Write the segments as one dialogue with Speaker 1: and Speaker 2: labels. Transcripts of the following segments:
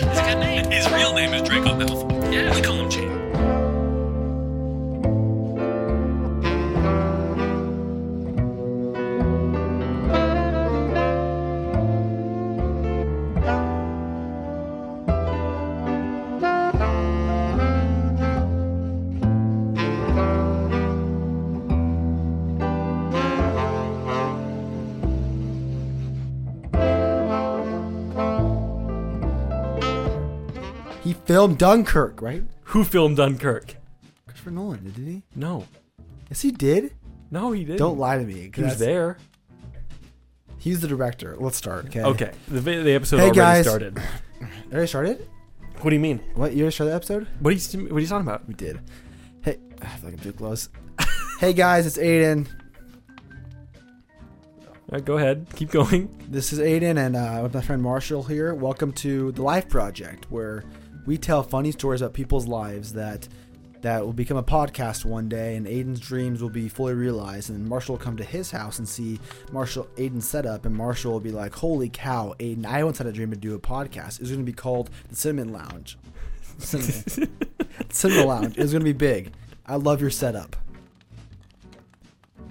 Speaker 1: that name.
Speaker 2: His real name is Draco Malfoy.
Speaker 1: Yeah.
Speaker 2: We call him Jane.
Speaker 3: He filmed Dunkirk, right?
Speaker 4: Who filmed Dunkirk?
Speaker 3: Christopher Nolan, didn't he?
Speaker 4: No.
Speaker 3: Yes, he did.
Speaker 4: No, he didn't.
Speaker 3: Don't lie to me. 'cause
Speaker 4: He
Speaker 3: that's-
Speaker 4: was there.
Speaker 3: He's the director. Let's start. Okay.
Speaker 4: Okay. The, vi- the episode
Speaker 3: Eh. Hey,
Speaker 4: already
Speaker 3: guys.
Speaker 4: started.
Speaker 3: Already started?
Speaker 4: What do you mean?
Speaker 3: What? You already started the episode?
Speaker 4: What are you, what are you talking about?
Speaker 3: We did. Hey, I feel like I'm too close. hey guys, it's Aiden.
Speaker 4: All right, go ahead. Keep going.
Speaker 3: This is Aiden and uh, with my friend Marshall here. Welcome to the Life Project, where we tell funny stories about people's lives that that will become a podcast one day, and Aiden's dreams will be fully realized. And Marshall will come to his house and see Marshall Aiden's setup, and Marshall will be like, "Holy cow, Aiden! I once had a dream to do a podcast. It was going to be called the Cinnamon Lounge. Cinnamon, Cinnamon Lounge. It was going to be big. I love your setup.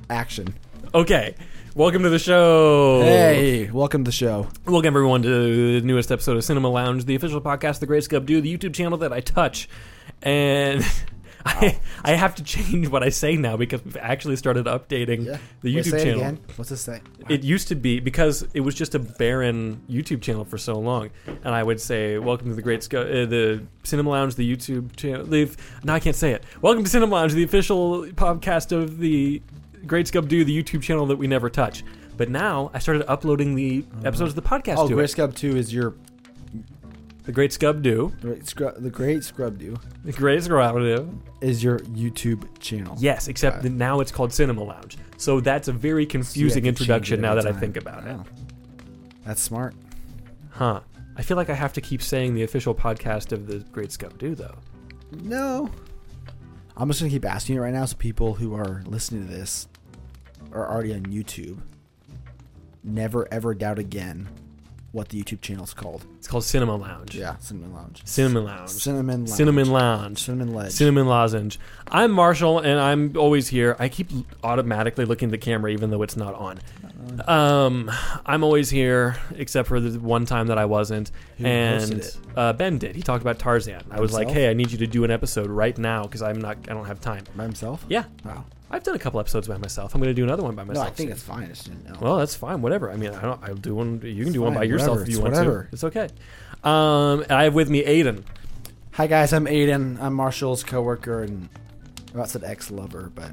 Speaker 3: Action.
Speaker 4: Okay. Welcome to the show.
Speaker 3: Hey, welcome to the show.
Speaker 4: Welcome everyone to the newest episode of Cinema Lounge, the official podcast of the Great Scub Do, the YouTube channel that I touch. And I, I have to change what I say now because we've actually started updating
Speaker 3: Yeah.
Speaker 4: the
Speaker 3: Wait,
Speaker 4: YouTube
Speaker 3: say it
Speaker 4: channel.
Speaker 3: again. What's this thing?
Speaker 4: It used to be because it was just a barren YouTube channel for so long, and I would say, "Welcome to the Great Sco- uh, the Cinema Lounge, the YouTube channel." They've, no, I can't say it. Welcome to Cinema Lounge, the official podcast of the Great Scub Do, the YouTube channel that we never touch. But now I started uploading the episodes of the podcast
Speaker 3: Oh,
Speaker 4: to
Speaker 3: Great
Speaker 4: it.
Speaker 3: Scrub 2 is your
Speaker 4: The Great Scub Do,
Speaker 3: great scrub, the Great Scrub Do
Speaker 4: the Great Scub Do.
Speaker 3: is your YouTube channel.
Speaker 4: Yes, except
Speaker 3: Okay.
Speaker 4: that now it's called Cinema Lounge. So that's a very
Speaker 3: So you have to
Speaker 4: confusing
Speaker 3: change it
Speaker 4: introduction. Now
Speaker 3: every
Speaker 4: that I
Speaker 3: time.
Speaker 4: think about it.
Speaker 3: Wow. That's smart.
Speaker 4: Huh. I feel like I have to keep saying the official podcast of the Great Scope Do, though.
Speaker 3: No. I'm just going to keep asking it right now so people who are listening to this are already on YouTube. Never ever doubt again what the YouTube channel's called.
Speaker 4: It's called Cinema Lounge.
Speaker 3: Yeah, Cinnamon Lounge.
Speaker 4: Cinnamon Lounge.
Speaker 3: Cinnamon Lounge.
Speaker 4: Cinnamon Lounge.
Speaker 3: Cinnamon Ledge.
Speaker 4: Cinnamon Lozenge. I'm Marshall, and I'm always here. I keep automatically looking at the camera, even though it's not on. Um, I'm always here, except for the one time that I wasn't.
Speaker 3: Who
Speaker 4: and
Speaker 3: posted it?
Speaker 4: uh, Ben did. He talked about Tarzan. I was like,
Speaker 3: Himself?
Speaker 4: "Hey, I need you to do an episode right now because I'm not. I don't have time."
Speaker 3: by himself?
Speaker 4: Yeah,
Speaker 3: Wow.
Speaker 4: I've done a couple episodes by myself. I'm going to do another one by
Speaker 3: No,
Speaker 4: myself.
Speaker 3: I think
Speaker 4: soon.
Speaker 3: it's fine. I just didn't know.
Speaker 4: Well, that's fine. Whatever. I mean, I don't. I'll do one. You can do one
Speaker 3: fine,
Speaker 4: by yourself
Speaker 3: whatever,
Speaker 4: if you
Speaker 3: it's
Speaker 4: want
Speaker 3: whatever.
Speaker 4: to. It's okay. Um, and I have with me Aiden.
Speaker 3: Hi guys, I'm Aiden. I'm Marshall's coworker and I about said ex-lover, but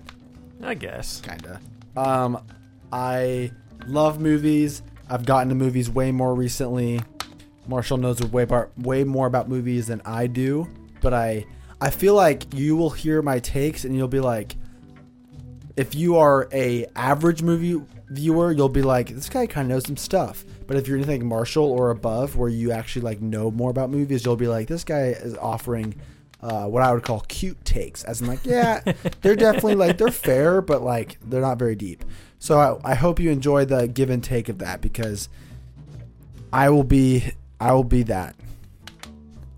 Speaker 4: I guess.
Speaker 3: kinda. Um, I love movies. I've gotten to movies way more recently. Marshall knows way bar- way more about movies than I do, but I I feel like you will hear my takes and you'll be like, if you are a average movie viewer, you'll be like, this guy kind of knows some stuff. But if you're anything like Marshall or above, where you actually like know more about movies, you'll be like, this guy is offering uh, what I would call cute takes, as in like, yeah, they're definitely like they're fair, but like they're not very deep. So I, I hope you enjoy the give and take of that because I will be I will be that.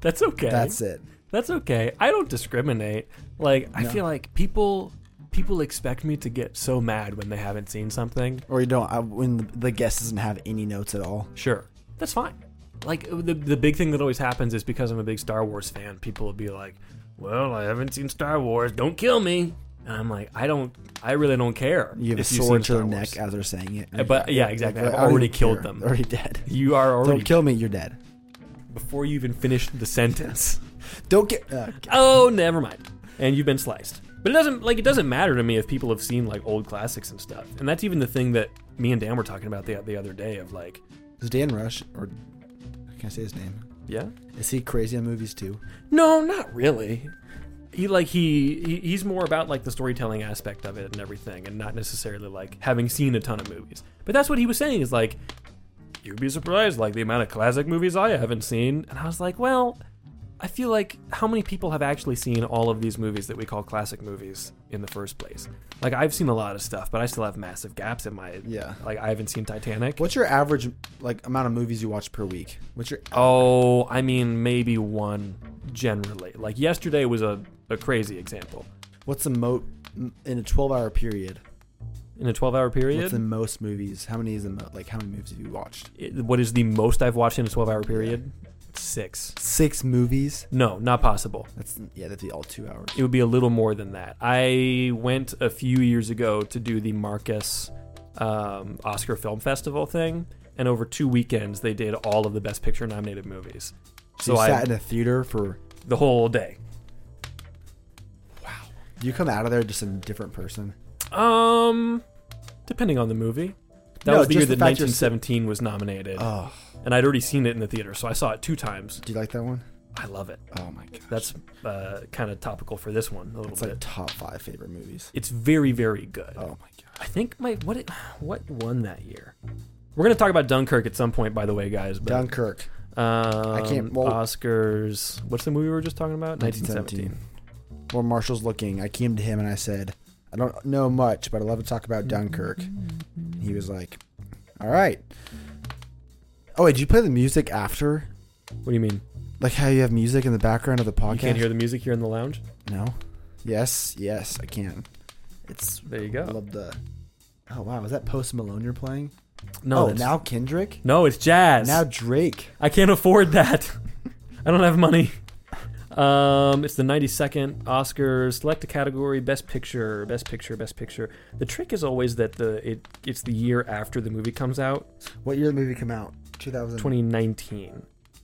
Speaker 4: That's okay.
Speaker 3: That's it.
Speaker 4: That's okay. I don't discriminate. Like I
Speaker 3: No.
Speaker 4: feel like people people expect me to get so mad when they haven't seen something.
Speaker 3: Or you don't I, when the, the guest doesn't have any notes at all.
Speaker 4: Sure, that's fine. Like the the big thing that always happens is because I'm a big Star Wars fan. People will be like, "Well, I haven't seen Star Wars. Don't kill me." And I'm like, I don't. I really don't care.
Speaker 3: You have
Speaker 4: if
Speaker 3: a
Speaker 4: you've
Speaker 3: sword
Speaker 4: seen
Speaker 3: to their
Speaker 4: Star
Speaker 3: neck
Speaker 4: Wars.
Speaker 3: as they're saying it.
Speaker 4: Uh, but- yeah,
Speaker 3: Like,
Speaker 4: exactly.
Speaker 3: like,
Speaker 4: I've
Speaker 3: I don't
Speaker 4: already
Speaker 3: even
Speaker 4: killed
Speaker 3: care.
Speaker 4: them.
Speaker 3: Already dead.
Speaker 4: You are already
Speaker 3: Don't kill me. You're dead.
Speaker 4: before you even finished the sentence.
Speaker 3: Don't get. Uh,
Speaker 4: oh, never mind. And you've been sliced. But it doesn't like it doesn't matter to me if people have seen like old classics and stuff. And that's even the thing that me and Dan were talking about the the other day of like,
Speaker 3: is Dan Rush or can I say his name?
Speaker 4: yeah.
Speaker 3: Is he crazy on movies too?
Speaker 4: No, not really. He like he, he he's more about like the storytelling aspect of it and everything and not necessarily like having seen a ton of movies. But that's what he was saying is like you'd be surprised like the amount of classic movies I haven't seen. And I was like, well, I feel like how many people have actually seen all of these movies that we call classic movies in the first place? Like I've seen a lot of stuff, but I still have massive gaps in my
Speaker 3: Yeah.
Speaker 4: Like I haven't seen Titanic.
Speaker 3: What's your average like amount of movies you watch per week? What's your
Speaker 4: Oh, I mean maybe one generally. Like yesterday was a, a crazy example.
Speaker 3: what's the mo in a 12-hour period?
Speaker 4: In a 12-hour
Speaker 3: What's
Speaker 4: period,
Speaker 3: the most movies? How many is the mo- like how many movies have you watched?
Speaker 4: it- what is the most I've watched in a 12-hour period? 6.
Speaker 3: Six movies?
Speaker 4: No, not possible.
Speaker 3: That's yeah, that'd be all 2 hours.
Speaker 4: It would be a little more than that. I went a few years ago to do the Marcus um, Oscar Film Festival thing, and over two weekends they did all of the Best Picture nominated movies.
Speaker 3: So
Speaker 4: So
Speaker 3: you
Speaker 4: I
Speaker 3: sat in a theater for
Speaker 4: the whole day.
Speaker 3: you come out of there just a different person.
Speaker 4: Um, depending on the movie. That
Speaker 3: No,
Speaker 4: was the year
Speaker 3: just the
Speaker 4: that
Speaker 3: fact you're
Speaker 4: 1917 was nominated,
Speaker 3: Oh,
Speaker 4: and I'd already seen it in the theater, so I saw it two times.
Speaker 3: do you like that one?
Speaker 4: I love it.
Speaker 3: Oh my god.
Speaker 4: That's uh, kind of topical for this one a little
Speaker 3: It's
Speaker 4: bit.
Speaker 3: like top 5 favorite movies.
Speaker 4: it's very, very good.
Speaker 3: Oh my god.
Speaker 4: I think my what it, what won that year. We're gonna talk about Dunkirk at some point, by the way, guys. But
Speaker 3: Dunkirk.
Speaker 4: um, I
Speaker 3: can't-
Speaker 4: can't.
Speaker 3: well-
Speaker 4: Oscars. What's the movie we were just talking about?
Speaker 3: 1917.
Speaker 4: 1917.
Speaker 3: Well, Marshall's looking. I came to him and I said, I don't know much, but I'd love to talk about Dunkirk. He was like, All right. Oh, wait, did you play the music after?
Speaker 4: What do you mean?
Speaker 3: Like how you have music in the background of the podcast?
Speaker 4: You can't hear the music here in the lounge.
Speaker 3: No. Yes, yes, I can. It's.
Speaker 4: There you
Speaker 3: I
Speaker 4: go.
Speaker 3: love the. Oh, wow. Is that Post Malone you're playing?
Speaker 4: No,
Speaker 3: Oh,
Speaker 4: it's-
Speaker 3: now Kendrick?
Speaker 4: no, it's jazz.
Speaker 3: Now Drake.
Speaker 4: I can't afford that. I don't have money. Um, it's the 92nd Oscars. Select a category: Best Picture, Best Picture, Best Picture. The trick is always that the it it's the year after the movie comes out.
Speaker 3: What year did the movie come out? 2000.
Speaker 4: 2019.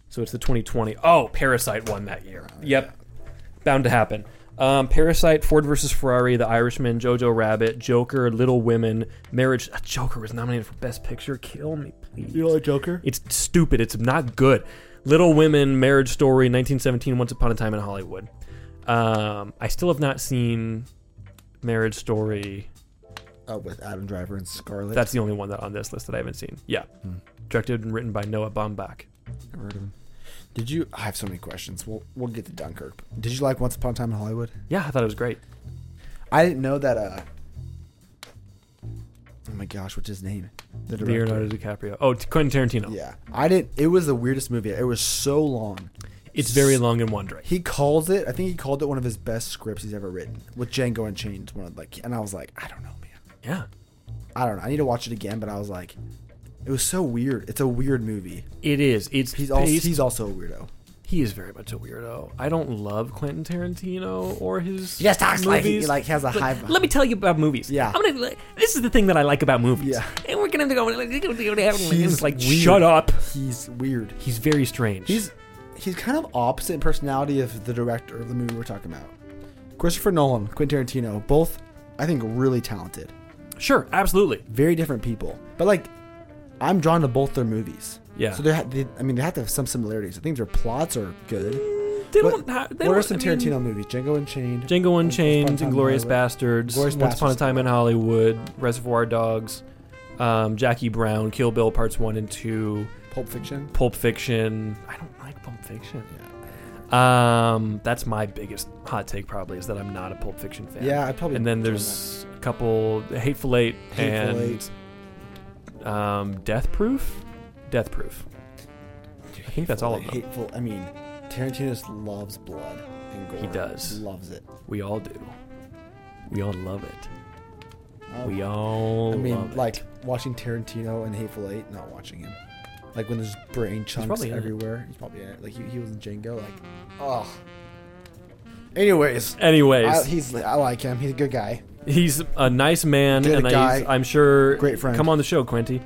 Speaker 4: So it's the 2020. Oh, Parasite won that year. Yep. Bound to happen. Um, Parasite, Ford versus Ferrari, The Irishman, Jojo Rabbit, Joker, Little Women, Marriage. ah, Joker was nominated for Best Picture. Kill me, please.
Speaker 3: You like Joker?
Speaker 4: It's stupid. It's not good. Little Women, Marriage Story, 1917, Once Upon a Time in Hollywood. Um, I still have not seen Marriage Story.
Speaker 3: Oh, with Adam Driver and Scarlett.
Speaker 4: That's the only one that on this list that I haven't seen. Yeah.
Speaker 3: Hmm.
Speaker 4: Directed and written by Noah Baumbach.
Speaker 3: Never heard of him. Did you? I have so many questions. We'll we'll get to Dunkirk. Did you like Once Upon a Time in Hollywood?
Speaker 4: Yeah, I thought it was great.
Speaker 3: I didn't know that. uh Oh my gosh, what's his name? The
Speaker 4: Leonardo DiCaprio. Oh, t- Quentin Tarantino.
Speaker 3: Yeah, I didn't. It was the weirdest movie. It was so long.
Speaker 4: It's very long and wandering.
Speaker 3: He calls it. I think he called it one of his best scripts he's ever written with Django Unchained. One of like, and I was like, I don't know, man.
Speaker 4: Yeah.
Speaker 3: I don't know. I need to watch it again. But I was like, it was so weird. It's a weird movie.
Speaker 4: It is. It's
Speaker 3: He's also
Speaker 4: based-
Speaker 3: he's also a weirdo.
Speaker 4: he is very much a weirdo. I don't love Quentin Tarantino or his
Speaker 3: He just talks like he
Speaker 4: movies,
Speaker 3: like has a
Speaker 4: but
Speaker 3: high.
Speaker 4: Let me tell you about movies.
Speaker 3: Yeah.
Speaker 4: I'm gonna. like, This is the thing that I like about movies.
Speaker 3: Yeah.
Speaker 4: And we're gonna go. It's
Speaker 3: He's
Speaker 4: like
Speaker 3: weird.
Speaker 4: shut up.
Speaker 3: He's weird.
Speaker 4: He's very strange.
Speaker 3: He's he's kind of opposite in personality of the director of the movie we're talking about. Christopher Nolan, Quentin Tarantino, both I think really talented.
Speaker 4: sure, absolutely.
Speaker 3: Very different people. But like I'm drawn to both their movies.
Speaker 4: Yeah.
Speaker 3: So they, ha- they I mean they have to have some similarities. I think their plots are good.
Speaker 4: They
Speaker 3: What,
Speaker 4: don't. ha- They
Speaker 3: what
Speaker 4: don't,
Speaker 3: are some
Speaker 4: I mean,
Speaker 3: Tarantino movies? Django Unchained.
Speaker 4: Django Unchained,
Speaker 3: Time in
Speaker 4: Inglorious
Speaker 3: Hollywood.
Speaker 4: Bastards,
Speaker 3: Inglourious
Speaker 4: Once Upon a
Speaker 3: Bastards.
Speaker 4: Time in Hollywood, Reservoir Dogs, um, Jackie Brown, Kill Bill Parts One and Two,
Speaker 3: Pulp Fiction.
Speaker 4: Pulp Fiction. I don't like Pulp Fiction.
Speaker 3: Yeah.
Speaker 4: Um, that's my biggest hot take probably is that I'm not a Pulp Fiction fan.
Speaker 3: Yeah, I probably
Speaker 4: And then there's a couple Hateful Eight
Speaker 3: Hateful
Speaker 4: and um, Death Proof. Death Proof. I think that's all of them.
Speaker 3: hateful. I mean, Tarantino just loves blood and gore.
Speaker 4: He does.
Speaker 3: Loves it.
Speaker 4: We all do. We all love it.
Speaker 3: Um,
Speaker 4: We all.
Speaker 3: I
Speaker 4: love
Speaker 3: mean,
Speaker 4: it.
Speaker 3: like watching Tarantino and Hateful Eight, not watching him. Like when there's brain chunks
Speaker 4: probably in it.
Speaker 3: everywhere. He's probably in it. Like he, he was in Django. Like, ugh. Anyways,
Speaker 4: Anyways,
Speaker 3: I, he's I like him. He's a good guy.
Speaker 4: He's a nice man,
Speaker 3: Good
Speaker 4: and I,
Speaker 3: guy.
Speaker 4: I'm sure.
Speaker 3: Great friend.
Speaker 4: Come on the show, Quenty.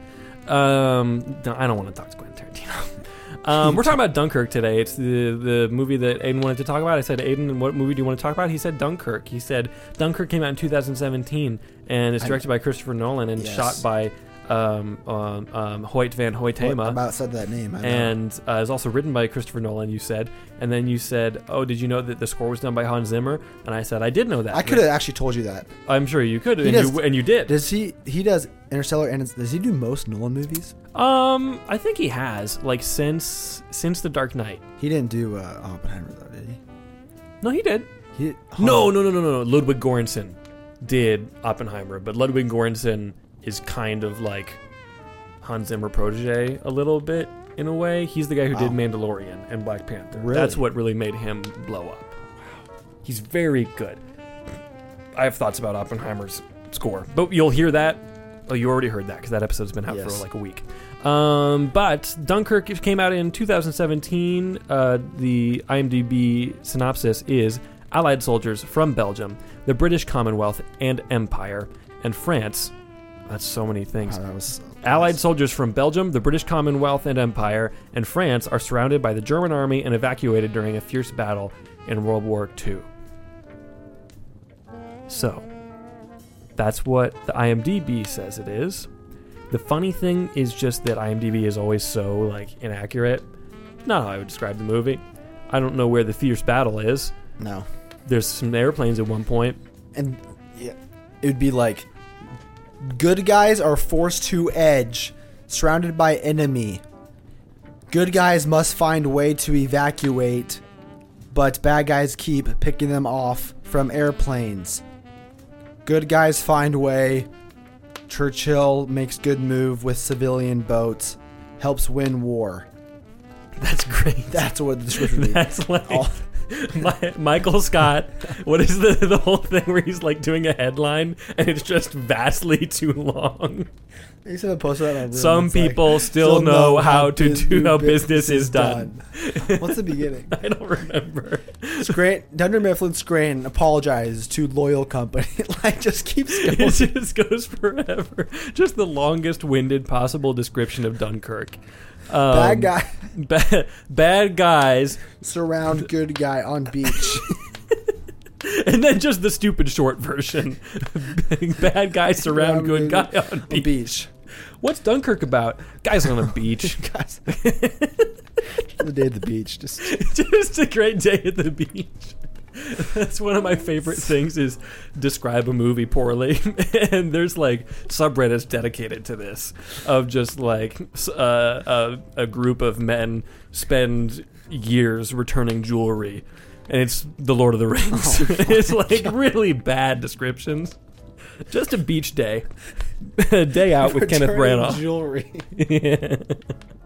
Speaker 4: Um, no, I don't want to talk to Quentin Tarantino. um, we're talking about Dunkirk today. It's the the movie that Aiden wanted to talk about. I said, Aiden, what movie do you want to talk about? He said Dunkirk. He said Dunkirk came out in 2017, and it's
Speaker 3: I-
Speaker 4: directed by Christopher Nolan and
Speaker 3: Yes.
Speaker 4: shot by um, um, um, Hoyt Van Hoytema.
Speaker 3: about said that name. I know.
Speaker 4: and uh, is also written by Christopher Nolan. You said, and then you said, "Oh, did you know that the score was done by Hans Zimmer?" And I said, "I did know that."
Speaker 3: I could have actually told you that.
Speaker 4: I'm sure you could, and
Speaker 3: does-
Speaker 4: you, and you did.
Speaker 3: Does he? He does Interstellar, and it's- does he do most Nolan movies?
Speaker 4: Um, I think he has like since since the Dark Knight.
Speaker 3: He didn't do uh, Oppenheimer though, did
Speaker 4: No, he did.
Speaker 3: he? he
Speaker 4: No, no, no, no, no, no. Ludwig Göransson did Oppenheimer, but Ludwig Göransson is kind of like Hans Zimmer protege a little bit in a way. He's the guy who did
Speaker 3: Wow.
Speaker 4: Mandalorian and Black Panther.
Speaker 3: Really?
Speaker 4: That's what really made him blow up. He's very good. I have thoughts about Oppenheimer's score, but you'll hear that. Oh, you already heard that because that episode's been out
Speaker 3: Yes.
Speaker 4: for like a week. Um, but Dunkirk came out in 2017. Uh, the IMDb synopsis is Allied soldiers from Belgium, the British Commonwealth and Empire, and France. That's so many things.
Speaker 3: Wow, Oh, that was
Speaker 4: Allied soldiers from Belgium, the British Commonwealth and Empire, and France are surrounded by the German army and evacuated during a fierce battle in World War II. So, that's what the IMDb says it is. The funny thing is just that IMDb is always so like inaccurate. Not how I would describe the movie. I don't know where the fierce battle is.
Speaker 3: no,
Speaker 4: There's some airplanes at one point.
Speaker 3: and yeah, it would be like good guys are forced to edge, surrounded by enemy. Good guys must find way to evacuate, but bad guys keep picking them off from airplanes. Good guys find way. Churchill makes good move with civilian boats, helps win war.
Speaker 4: That's great.
Speaker 3: That's what the description would be.
Speaker 4: That's like
Speaker 3: All-
Speaker 4: Mi- Michael Scott. What is the the whole thing where he's like doing a headline and it's just vastly too long?
Speaker 3: I used to have a poster that in my room.
Speaker 4: Some
Speaker 3: It's like,
Speaker 4: people still, know, how to
Speaker 3: bus-
Speaker 4: do how business is done.
Speaker 3: done. What's the beginning?
Speaker 4: I don't remember.
Speaker 3: Scran Dunder Mifflin Scranton apologizes to loyal company. like just keeps
Speaker 4: It
Speaker 3: going.
Speaker 4: just goes forever. Just the longest winded possible description of Dunkirk. Um,
Speaker 3: Bad guy
Speaker 4: ba- bad guys,
Speaker 3: surround good guy on beach.
Speaker 4: and then just the stupid short version. bad guys surround good guy on
Speaker 3: on
Speaker 4: beach.
Speaker 3: beach.
Speaker 4: What's Dunkirk about? Guys on a beach.
Speaker 3: Guys. the day at the beach. Just
Speaker 4: just a great day at the beach. That's one of my favorite things is describe a movie poorly, and there's like subreddits dedicated to this of just like s- uh, a, a group of men spend years returning jewelry, and it's the Lord of the Rings. it's like really bad descriptions. Just a beach day, a day out with Kenneth
Speaker 3: returning
Speaker 4: Branagh.
Speaker 3: Jewelry.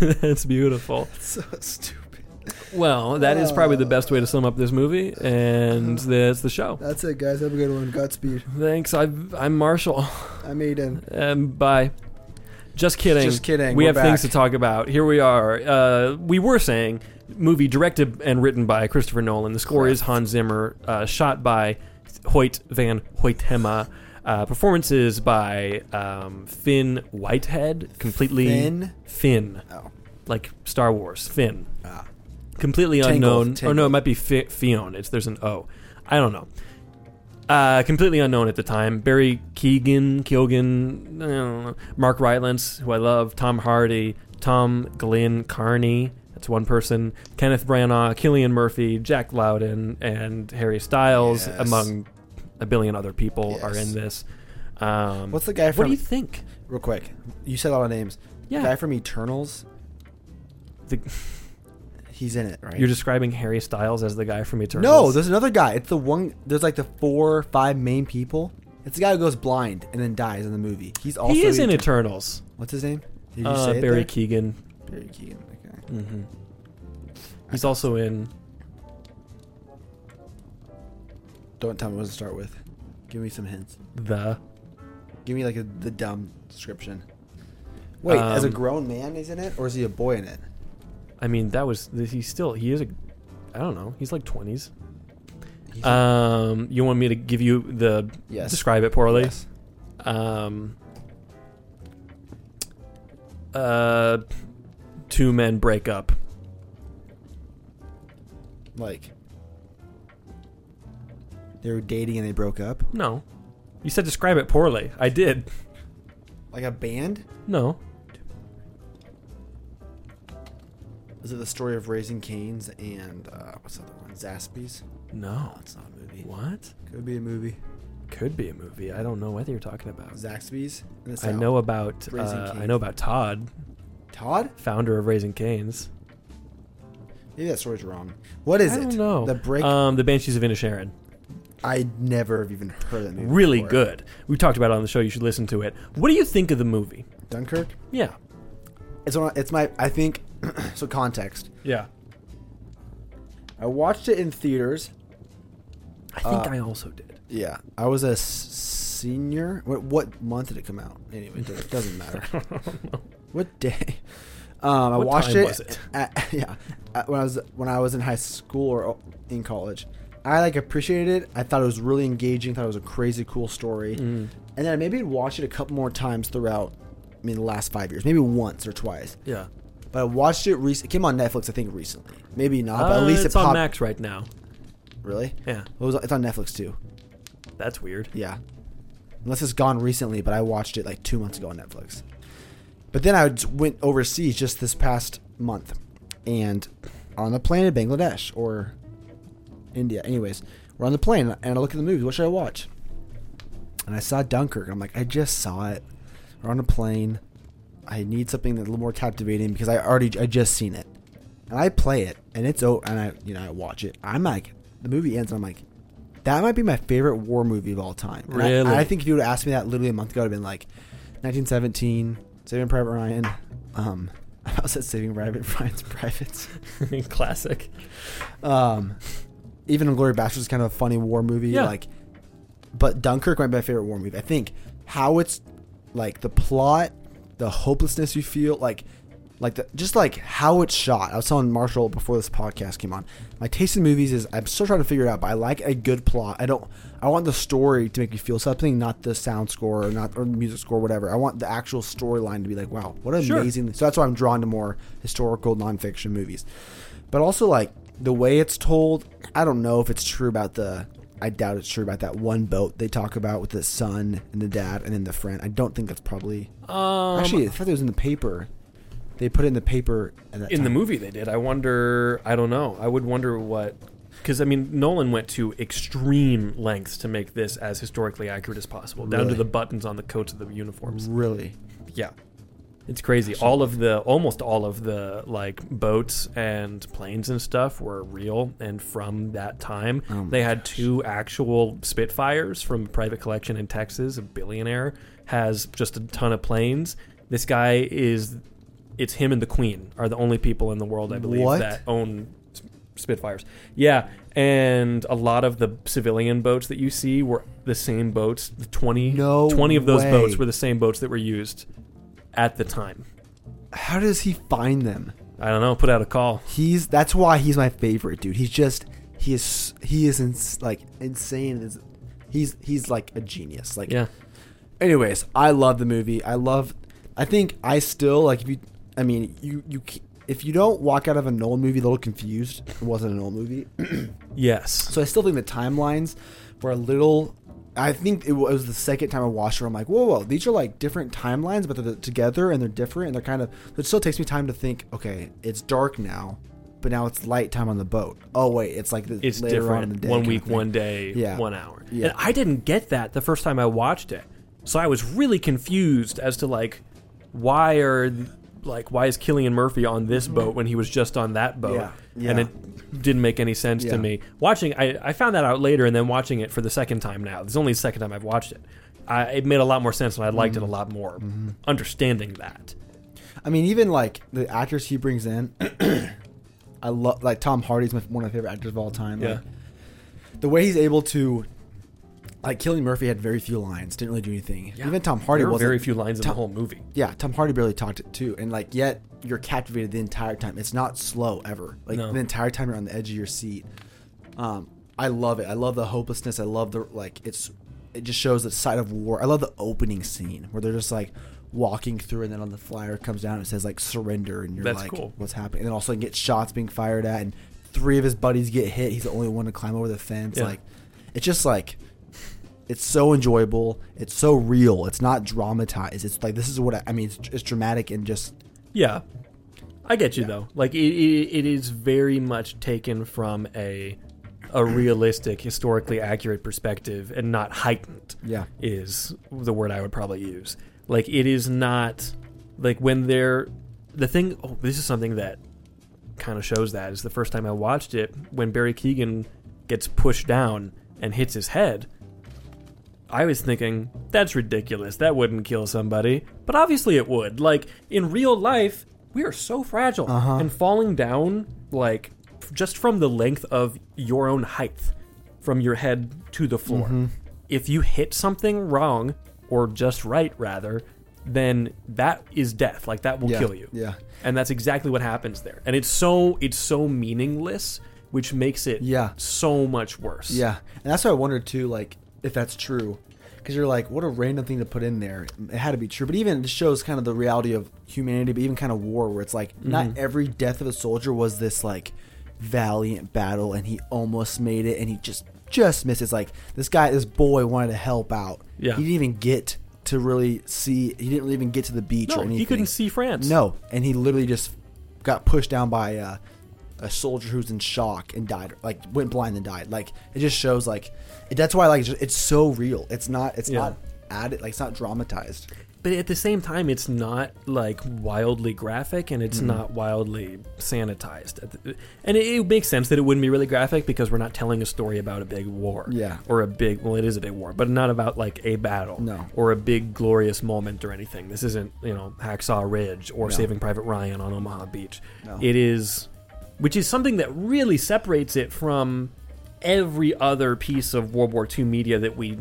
Speaker 4: That's beautiful.
Speaker 3: so stupid.
Speaker 4: Well, that is probably the best way to sum up this movie, and that's the show.
Speaker 3: That's it, guys. Have a good one. Godspeed.
Speaker 4: Thanks. I've, I'm Marshall.
Speaker 3: I'm Aiden.
Speaker 4: Um, bye. Just kidding.
Speaker 3: Just kidding.
Speaker 4: We
Speaker 3: We're
Speaker 4: have things to
Speaker 3: back.
Speaker 4: talk about. Here we are. Uh, we were saying movie directed and written by Christopher Nolan. The score is Hans Zimmer. Uh, shot by Hoyt Van Hoytema. Uh, performances by um, Finn Whitehead. Completely
Speaker 3: Finn?
Speaker 4: Finn,
Speaker 3: Oh.
Speaker 4: like Star Wars. Finn.
Speaker 3: Ah.
Speaker 4: completely
Speaker 3: Tangled,
Speaker 4: unknown. Or no, it
Speaker 3: Tangled.
Speaker 4: might be Fi- Fionn. It's there's an O. I don't know. Uh, completely unknown at the time. Barry Keegan, Keoghan, I don't know. Mark Rylance, who I love, Tom Hardy, Tom Glynn Carney. That's one person. Kenneth Branagh, Killian Murphy, Jack Loudon, and Harry Styles,
Speaker 3: Yes.
Speaker 4: among a billion other people, are
Speaker 3: Yes.
Speaker 4: in this. Um,
Speaker 3: What's the guy
Speaker 4: what
Speaker 3: from
Speaker 4: do you think?
Speaker 3: real quick? You said a lot of names.
Speaker 4: Yeah,
Speaker 3: Guy from Eternals.
Speaker 4: The-
Speaker 3: He's in it, right?
Speaker 4: you're describing Harry Styles as the guy from Eternals.
Speaker 3: No, there's another guy. It's the one. There's like the four, or five main people. It's the guy who goes blind and then dies in the movie. He's also
Speaker 4: he is in
Speaker 3: Etern-
Speaker 4: Eternals.
Speaker 3: What's his name? Did you
Speaker 4: Uh,
Speaker 3: say
Speaker 4: Barry
Speaker 3: it
Speaker 4: Keegan.
Speaker 3: there? Barry Keegan. Okay.
Speaker 4: hmm He's also in.
Speaker 3: Don't tell me what to start with. Give me some hints.
Speaker 4: The
Speaker 3: Give me like a, the dumb description. Wait, as a
Speaker 4: Um,
Speaker 3: grown man, he's in it, or is he a boy in it?
Speaker 4: I mean, that was he's still he is a. I don't know. He's like twenties.
Speaker 3: He's-
Speaker 4: Um, you want me to give you the
Speaker 3: Yes.
Speaker 4: describe it poorly?
Speaker 3: Yes.
Speaker 4: Um. Uh, two men break up.
Speaker 3: Like they were dating and they broke up.
Speaker 4: No, you said describe it poorly. I did.
Speaker 3: Like a band?
Speaker 4: No.
Speaker 3: Is it the story of Raising Canes and uh, what's the other one? Zaxby's?
Speaker 4: No.
Speaker 3: Oh, it's not a movie.
Speaker 4: What?
Speaker 3: Could be a movie.
Speaker 4: Could be a movie. I don't know what you're talking about.
Speaker 3: Zaxby's. In the
Speaker 4: I
Speaker 3: South.
Speaker 4: know about
Speaker 3: Raising
Speaker 4: uh, I
Speaker 3: Cane's.
Speaker 4: know about Todd,
Speaker 3: Todd.
Speaker 4: founder of Raising Canes.
Speaker 3: Maybe that story's wrong. What is
Speaker 4: I
Speaker 3: it?
Speaker 4: don't know.
Speaker 3: The break.
Speaker 4: Um, the Banshees of Inisherin.
Speaker 3: I never have even heard of that movie.
Speaker 4: Really
Speaker 3: before.
Speaker 4: good. We talked about it on the show. You should listen to it. What do you think of the movie?
Speaker 3: Dunkirk.
Speaker 4: Yeah.
Speaker 3: It's one. It's my. I think. so context.
Speaker 4: Yeah.
Speaker 3: I watched it in theaters.
Speaker 4: I think
Speaker 3: Uh,
Speaker 4: I also did.
Speaker 3: Yeah, I was a s- senior. What, what month did it come out? Anyway, it doesn't- doesn't matter. What day? Um, I
Speaker 4: What
Speaker 3: watched
Speaker 4: time
Speaker 3: it.
Speaker 4: was it?
Speaker 3: at- yeah, at- when I was when I was in high school or oh, in college, I like appreciated it. I thought it was really engaging. Thought it was a crazy cool story,
Speaker 4: Mm.
Speaker 3: and then I maybe watched it a couple more times throughout. I mean, the last five years, maybe once or twice.
Speaker 4: Yeah.
Speaker 3: But I watched it. Rec- it came on Netflix, I think, recently. Maybe not,
Speaker 4: Uh,
Speaker 3: but at least
Speaker 4: it's
Speaker 3: it popped.
Speaker 4: on Max right now.
Speaker 3: Really?
Speaker 4: Yeah.
Speaker 3: It was, it's on Netflix too.
Speaker 4: That's weird.
Speaker 3: Yeah. Unless it's gone recently, but I watched it like two months ago on Netflix. But then I j- went overseas just this past month and on the plane in Bangladesh or India. Anyways, we're on the plane and I look at the movies. What should I watch? And I saw Dunkirk. I'm like, I just saw it. We're on a plane. I need something that's a little more captivating because I already I just seen it. And I play it and it's oh and I you know I watch it. I'm like the movie ends and I'm like that might be my favorite war movie of all time. And I-
Speaker 4: Really?
Speaker 3: I, think if you would have asked me that literally a month ago, I'd have been like 1917, Saving Private Ryan. Um I was at Saving Private Ryan's Privates.
Speaker 4: Classic.
Speaker 3: Um even Inglourious Bastards is kind of a funny war movie
Speaker 4: Yeah.
Speaker 3: like but Dunkirk might be my favorite war movie. I think how it's like the plot, the hopelessness you feel, like like the, just like how it's shot. I was telling Marshall before this podcast came on. My taste in movies is I'm still trying to figure it out, but I like a good plot. I don't I want the story to make me feel something, not the sound score or not or the music score, whatever. I want the actual storyline to be like, wow, what an
Speaker 4: Sure.
Speaker 3: amazing. So that's why I'm drawn to more historical nonfiction movies, but also like the way it's told. I don't know if it's true about the. I doubt it's true about that one boat they talk about with the son and the dad and then the friend. I don't think that's probably.
Speaker 4: Um,
Speaker 3: Actually, I thought it was in the paper. They put it in the paper at that
Speaker 4: in the
Speaker 3: time.
Speaker 4: movie they did. I wonder. I don't know. I would wonder what. Because I mean, Nolan went to extreme lengths to make this as historically accurate as possible, down to
Speaker 3: Really?
Speaker 4: the buttons on the coats of the uniforms.
Speaker 3: Really?
Speaker 4: Yeah, it's crazy. All of the, almost all of the like boats and planes and stuff were real and from that time.
Speaker 3: Oh my
Speaker 4: they had two actual Spitfires from a private collection in Texas. A billionaire has just a ton of planes. This guy is, it's him and the Queen are the only people in the world I believe
Speaker 3: What?
Speaker 4: that own S- Spitfires. Yeah, and a lot of the civilian boats that you see were the same boats. The 20,
Speaker 3: No
Speaker 4: 20 of those
Speaker 3: way.
Speaker 4: boats were the same boats that were used at the time.
Speaker 3: How does he find them?
Speaker 4: I don't know. Put out a call.
Speaker 3: He's that's why he's my favorite dude. He's just he is he is ins- like insane. He's- He's he's like a genius. Like
Speaker 4: Yeah.
Speaker 3: anyways, I love the movie. I love. I think I still like if you. I mean, you you ca- if you don't walk out of an old movie a little confused, it wasn't an old movie.
Speaker 4: Yes.
Speaker 3: So I still think the timelines were a little. I think it was the second time I watched it. where I'm like, whoa, whoa, these are like different timelines, but they're together and they're different and they're kind of. It still takes me time to think. Okay, it's dark now, but now it's light time on the boat. Oh wait, it's like the,
Speaker 4: It's
Speaker 3: later on in
Speaker 4: different.
Speaker 3: the day.
Speaker 4: one
Speaker 3: kind of
Speaker 4: week,
Speaker 3: thing.
Speaker 4: one day,
Speaker 3: Yeah.
Speaker 4: one hour.
Speaker 3: Yeah.
Speaker 4: And I didn't get that the first time I watched it. So I was really confused as to like why are like why is Killian Murphy on this boat when he was just on that boat?
Speaker 3: Yeah. Mm-hmm. Yeah.
Speaker 4: And it didn't make any sense
Speaker 3: Yeah.
Speaker 4: to me. Watching I, I found that out later and then watching it for the second time now. It's only the second time I've watched it. I, it made a lot more sense and I liked
Speaker 3: Mm-hmm.
Speaker 4: it a lot more. Understanding that.
Speaker 3: I mean, even like the actors he brings in, I love like Tom Hardy's my, one of my favorite actors of all time. Like, the way he's able to, like, Killian Murphy had very few lines, didn't really do anything. Even Tom Hardy
Speaker 4: There were
Speaker 3: wasn't.
Speaker 4: very few lines in the
Speaker 3: Tom-
Speaker 4: whole movie.
Speaker 3: yeah, Tom Hardy barely talked it too, and like yet you're captivated the entire time. It's not slow ever. Like
Speaker 4: No.
Speaker 3: the entire time you're on the edge of your seat. Um, I love it. I love the hopelessness. I love the like it's it just shows the side of war. I love the opening scene where they're just like walking through and then on the flyer comes down and it says like surrender and you're
Speaker 4: That's
Speaker 3: like
Speaker 4: cool.
Speaker 3: what's happening and then also you get shots being fired at and three of his buddies get hit. He's the only one to climb over the fence.
Speaker 4: Yeah.
Speaker 3: Like it's just like It's so enjoyable. It's so real. It's not dramatized. It's like this is what I, I mean. It's, it's dramatic and just
Speaker 4: Yeah, I get you though. Like it, it, it is very much taken from a a realistic, historically accurate perspective, and not heightened.
Speaker 3: Yeah.
Speaker 4: is the word I would probably use. Like it is not like when they're the thing. Oh, this is something that kind of shows that is the first time I watched it when Barry Keegan gets pushed down and hits his head. I was thinking, that's ridiculous. That wouldn't kill somebody. But obviously it would. Like, in real life, we are so fragile.
Speaker 3: Uh-huh.
Speaker 4: And falling down, like, f- just from the length of your own height, from your head to the floor,
Speaker 3: Mm-hmm.
Speaker 4: if you hit something wrong, or just right, rather, then that is death. Like, that will
Speaker 3: Yeah,
Speaker 4: kill you
Speaker 3: yeah.
Speaker 4: and that's exactly what happens there and it's so it's so meaningless which makes it
Speaker 3: Yeah.
Speaker 4: so much worse
Speaker 3: Yeah, and that's what I wondered too, like if that's true, because you're like, what a random thing to put in there. It had to be true, but even it shows kind of the reality of humanity, but even kind of war, where it's like
Speaker 4: Mm-hmm.
Speaker 3: not every death of a soldier was this like valiant battle, and he almost made it, and he just just missed. It's like this guy, this boy wanted to help out.
Speaker 4: Yeah.
Speaker 3: he didn't even get to really see. He didn't even get to the beach
Speaker 4: no
Speaker 3: or anything.
Speaker 4: he couldn't see france
Speaker 3: No, and he literally just got pushed down by uh, a soldier who's in shock and died, like went blind and died. Like it just shows, like it, that's why, like it's, just- it's so real. It's not, it's
Speaker 4: Yeah.
Speaker 3: not added, like it's not dramatized.
Speaker 4: but at the same time it's not like wildly graphic and it's not wildly sanitized At the- and it, it makes sense that it wouldn't be really graphic because we're not telling a story about a big war
Speaker 3: Yeah.
Speaker 4: or a big well it is a big war but not about like a battle
Speaker 3: No.
Speaker 4: or a big glorious moment or anything this isn't you know hacksaw ridge or saving private ryan on omaha beach
Speaker 3: No.
Speaker 4: it is which is something that really separates it from every other piece of world war ii media that we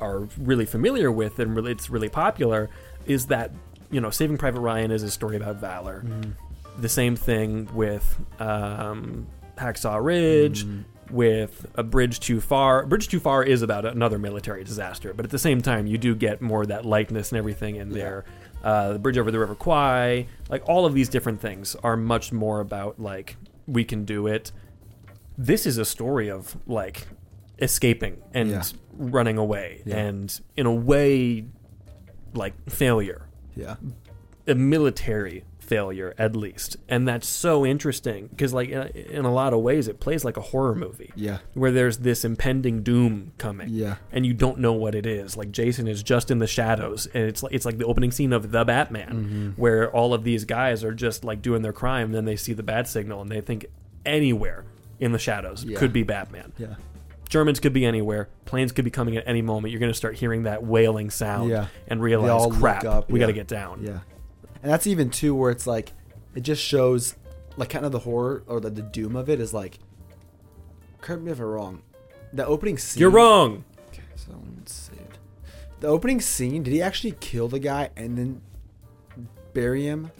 Speaker 4: are really familiar with and really, it's really popular is that you know saving private ryan is a story about valor
Speaker 3: Mm-hmm.
Speaker 4: the same thing with um, hacksaw ridge with a bridge too far bridge too far is about another military disaster but at the same time you do get more of that lightness and everything in there uh, the bridge over the river kwai like all of these different things are much more about like we can do it this is a story of like escaping and
Speaker 3: Yeah.
Speaker 4: running away and in a way like failure
Speaker 3: Yeah,
Speaker 4: a military failure at least and that's so interesting because like in a, in a lot of ways it plays like a horror movie
Speaker 3: Yeah.
Speaker 4: where there's this impending doom coming
Speaker 3: Yeah.
Speaker 4: and you don't know what it is like jason is just in the shadows and it's like it's like the opening scene of the batman
Speaker 3: Mm-hmm.
Speaker 4: where all of these guys are just like doing their crime and then they see the bat signal and they think anywhere in the shadows
Speaker 3: Yeah.
Speaker 4: could be batman
Speaker 3: yeah,
Speaker 4: Germans could be anywhere. Planes could be coming at any moment. You're going to start hearing that wailing sound
Speaker 3: Yeah.
Speaker 4: and
Speaker 3: They all
Speaker 4: realize,
Speaker 3: look
Speaker 4: crap,
Speaker 3: up,
Speaker 4: we got to
Speaker 3: yeah.
Speaker 4: get down.
Speaker 3: yeah. And that's even too where it's like it just shows, like kind of the horror or the, the doom of it is like. Correct me if I'm wrong. The opening scene.
Speaker 4: You're wrong.
Speaker 3: Okay, so let's save. The opening scene, did he actually kill the guy and then bury him?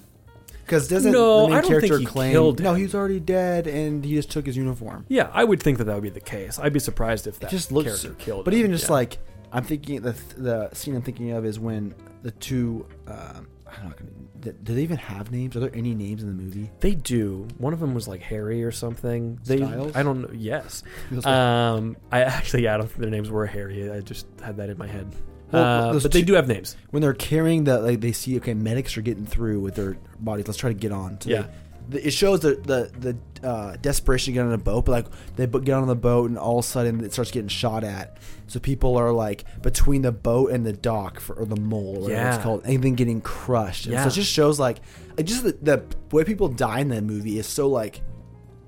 Speaker 3: Because doesn't
Speaker 4: No,
Speaker 3: the main
Speaker 4: I don't think
Speaker 3: character
Speaker 4: he
Speaker 3: claim
Speaker 4: killed
Speaker 3: no,
Speaker 4: him.
Speaker 3: he was already dead and he just took his uniform.
Speaker 4: Yeah, I would think that that would be the case. I'd be surprised if that
Speaker 3: It just looks
Speaker 4: character killed.
Speaker 3: But
Speaker 4: him.
Speaker 3: even just
Speaker 4: Yeah.
Speaker 3: like I'm thinking the the scene I'm thinking of is when the two um, I don't know did do they even have names? Are there any names in the movie?
Speaker 4: they do. One of them was like Harry or something. They,
Speaker 3: Styles?
Speaker 4: I don't know. Yes.
Speaker 3: Feels like-
Speaker 4: Um, I actually, yeah, I don't think their names were Harry. I just had that in my head.
Speaker 3: Well,
Speaker 4: Uh,
Speaker 3: those
Speaker 4: but they
Speaker 3: two-
Speaker 4: do have names.
Speaker 3: when they're carrying the like they see okay medics are getting through with their bodies let's try to get on so
Speaker 4: Yeah.
Speaker 3: they- the- it shows the the, the uh, desperation to get on a boat but like they bu- get on the boat and all of a sudden it starts getting shot at so people are like between the boat and the dock for, or the mole or whatever
Speaker 4: Yeah.
Speaker 3: it's called and then getting crushed and so
Speaker 4: Yeah.
Speaker 3: it just shows like it just the, the way people die in that movie is so like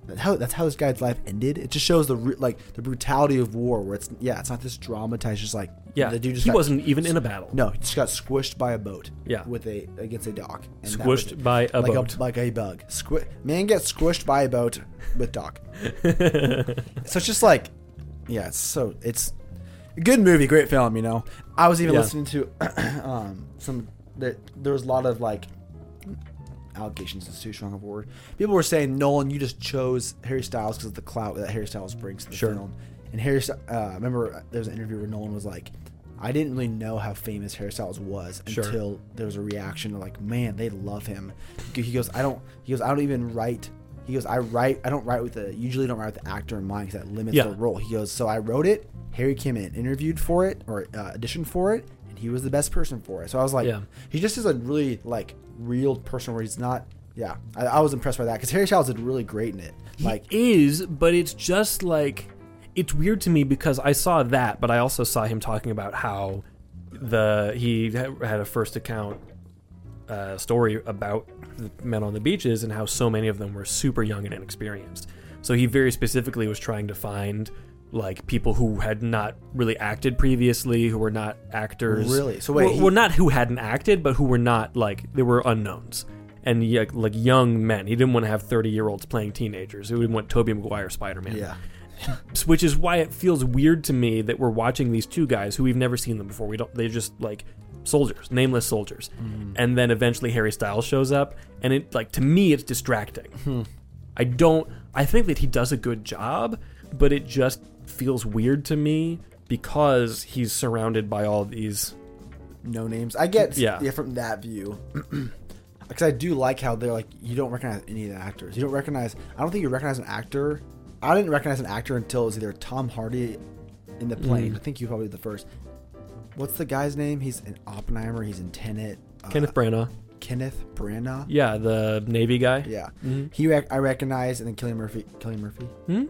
Speaker 3: that's how that's how this guy's life ended. It just shows the re- like the brutality of war, where it's yeah, it's not this dramatized. Just like
Speaker 4: Yeah,
Speaker 3: the dude just
Speaker 4: he
Speaker 3: got-
Speaker 4: wasn't even in a battle.
Speaker 3: no, he just got squished by a boat.
Speaker 4: Yeah.
Speaker 3: With a against a dock. And that was
Speaker 4: Squished
Speaker 3: it.
Speaker 4: by a
Speaker 3: like
Speaker 4: boat.
Speaker 3: A, like a bug. Squi- man gets squished by a boat with dock. so it's just like, yeah. It's so it's a good movie, great film. You know, I was even
Speaker 4: Yeah.
Speaker 3: listening to um, some. There, there was a lot of like allegations is too strong of a word. People were saying Nolan, you just chose Harry Styles because of the clout that Harry Styles brings to the
Speaker 4: Sure.
Speaker 3: film. And Harry, Sty- uh, I remember there was an interview where Nolan was like, "I didn't really know how famous Harry Styles was
Speaker 4: Sure.
Speaker 3: until there was a reaction to like, man, they love him." He goes, "I don't," he goes, "I don't even write He goes, I write. I don't write with the. Usually, don't write with the actor in mind because that limits
Speaker 4: Yeah.
Speaker 3: the role. He goes, so I wrote it. Harry came in, interviewed for it, or uh, auditioned for it, and he was the best person for it. So I was like,
Speaker 4: Yeah.
Speaker 3: he just is a really like real person where he's not. Yeah, I, I was impressed by that because Harry Styles did really great in it. Like,
Speaker 4: is, but it's just like it's weird to me because I saw that, but I also saw him talking about how the he ha- had a first account uh, story about the men on the beaches and how so many of them were super young and inexperienced. So he very specifically was trying to find like people who had not really acted previously, who were not actors.
Speaker 3: Really? So wait,
Speaker 4: well,
Speaker 3: he-
Speaker 4: well, not who hadn't acted, but who were not like they were unknowns and y- like young men. He didn't want to have thirty-year-olds playing teenagers. He didn't want Tobey Maguire Spider-Man.
Speaker 3: yeah,
Speaker 4: S- which is why it feels weird to me that we're watching these two guys who we've never seen them before. We don't. They're just like soldiers, nameless soldiers, and then eventually Harry Styles shows up, and it like to me it's distracting. I don't. I think that he does a good job, but it just feels weird to me because he's surrounded by all these.
Speaker 3: no names. I get
Speaker 4: Yeah.
Speaker 3: yeah from that view. Because I do like how they're like you don't recognize any of the actors. You don't recognize. I don't think you recognize an actor. I didn't recognize an actor until it was either Tom Hardy in the
Speaker 4: Mm.
Speaker 3: plane. I think you probably the first. What's the guy's name? He's in Oppenheimer. He's in Tenet. Uh,
Speaker 4: Kenneth Branagh,
Speaker 3: Kenneth Branagh.
Speaker 4: yeah, the Navy guy.
Speaker 3: Yeah,
Speaker 4: Mm-hmm.
Speaker 3: he rec- I recognize, and then Killian Murphy. Killian Murphy.
Speaker 4: Hmm?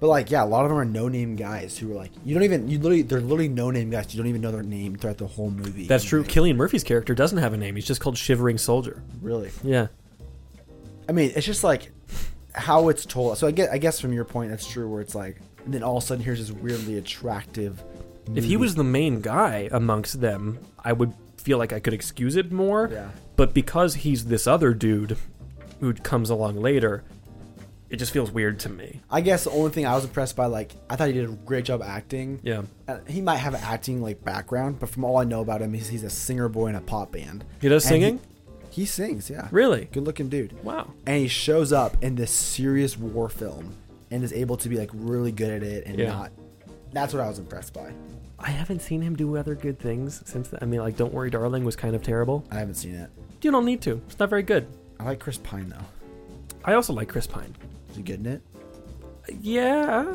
Speaker 3: But like, yeah, a lot of them are no name guys who are like, you don't even, you literally, they're literally no name guys. You don't even know their name throughout the whole movie.
Speaker 4: That's true. Killian Murphy's character doesn't have a name. He's just called Shivering Soldier.
Speaker 3: Really,
Speaker 4: Yeah.
Speaker 3: I mean, it's just like how it's told. So I get, I guess from your point, that's true. Where it's like, and then all of a sudden, here's this weirdly attractive.
Speaker 4: If he was the main guy amongst them, I would feel like I could excuse it more.
Speaker 3: Yeah.
Speaker 4: But because he's this other dude who comes along later, it just feels weird to me.
Speaker 3: I guess the only thing I was impressed by, like, I thought he did a great job acting.
Speaker 4: Yeah.
Speaker 3: Uh, he might have an acting like background, but from all I know about him, he's, he's a singer boy in a pop band.
Speaker 4: He does
Speaker 3: And
Speaker 4: singing?
Speaker 3: He, sings, yeah.
Speaker 4: Really?
Speaker 3: Good looking dude.
Speaker 4: Wow.
Speaker 3: And he shows up in this serious war film and is able to be like really good at it and
Speaker 4: Yeah.
Speaker 3: not. That's what I was impressed by.
Speaker 4: I haven't seen him do other good things since. I mean, like, Don't Worry, Darling was kind of terrible.
Speaker 3: I haven't seen it.
Speaker 4: You don't need to. It's not very good.
Speaker 3: I like Chris Pine though.
Speaker 4: I also like Chris Pine.
Speaker 3: Is he good in it?
Speaker 4: Yeah.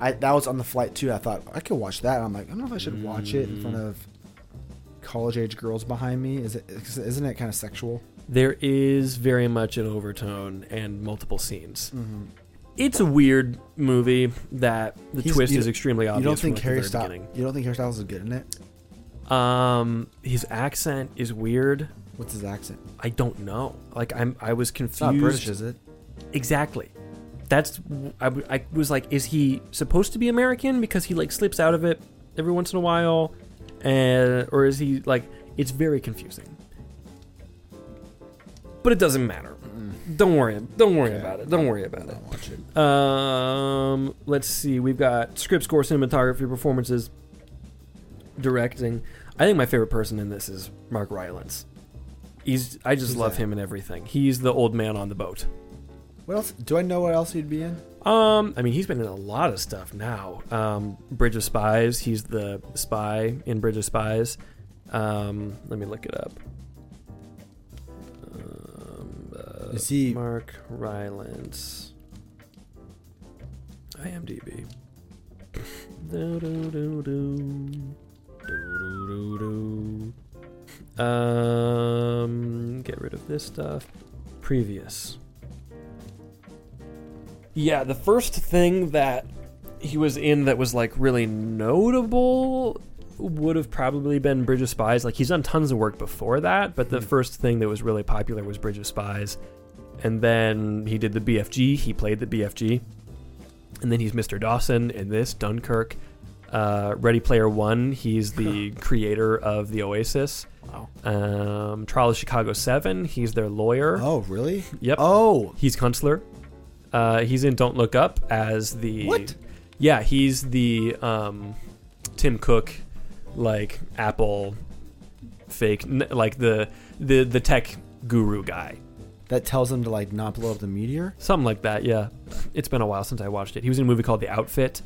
Speaker 3: I that was on the flight too. I thought I could watch that. I'm like, I don't know if I should watch it
Speaker 4: Mm.
Speaker 3: in front of college age girls behind me. Is it? Isn't it kind of sexual?
Speaker 4: there is very much an overtone and multiple scenes.
Speaker 3: Mm-hmm.
Speaker 4: It's a weird movie that the
Speaker 3: He's-
Speaker 4: twist
Speaker 3: you-
Speaker 4: is extremely obvious.
Speaker 3: You don't
Speaker 4: from,
Speaker 3: think
Speaker 4: like, the
Speaker 3: Harry
Speaker 4: very
Speaker 3: Styles?
Speaker 4: beginning.
Speaker 3: You don't think Harry Styles is good in it?
Speaker 4: Um, his accent is weird.
Speaker 3: What's his accent?
Speaker 4: I don't know. Like I'm, I was confused.
Speaker 3: It's not British, is it?
Speaker 4: Exactly. That's I, w- I was like, is he supposed to be American because he like slips out of it every once in a while, and or is he like? It's very confusing. But it doesn't matter. Don't worry. Don't worry about it. Don't worry about it.
Speaker 3: Watch it.
Speaker 4: Um, let's see. We've got script score, cinematography, performances, directing. I think my favorite person in this is Mark Rylance. He's I just
Speaker 3: Who's
Speaker 4: love
Speaker 3: that?
Speaker 4: him and everything. He's the old man on the boat.
Speaker 3: What else? Do I know what else he'd be in?
Speaker 4: Um, I mean, he's been in a lot of stuff now. Um, Bridge of Spies. He's the spy in Bridge of Spies. Um, let me look it up. Um, uh,
Speaker 3: Is he-
Speaker 4: Mark Rylance? IMDb. do, do, do, do. Do, do, do, do. Um, get rid of this stuff. Previous. Yeah, the first thing that he was in that was like really notable would have probably been Bridge of Spies. Like he's done tons of work before that, but the first thing that was really popular was Bridge of Spies. And then he did the BFG, he played the BFG. And then he's Mr. Dawson in this Dunkirk. Uh, Ready Player One, he's the creator of the Oasis.
Speaker 3: Wow.
Speaker 4: Um, Trial of Chicago Seven, he's their lawyer.
Speaker 3: Oh, really?
Speaker 4: Yep.
Speaker 3: Oh,
Speaker 4: He's Kunstler. Uh, he's in Don't Look Up as the
Speaker 3: What?
Speaker 4: Yeah, he's the um, Tim Cook, like Apple, fake, n- like the the the tech guru guy,
Speaker 3: that tells him to like not blow up the meteor.
Speaker 4: something like that. Yeah, it's been a while since I watched it. He was in a movie called The Outfit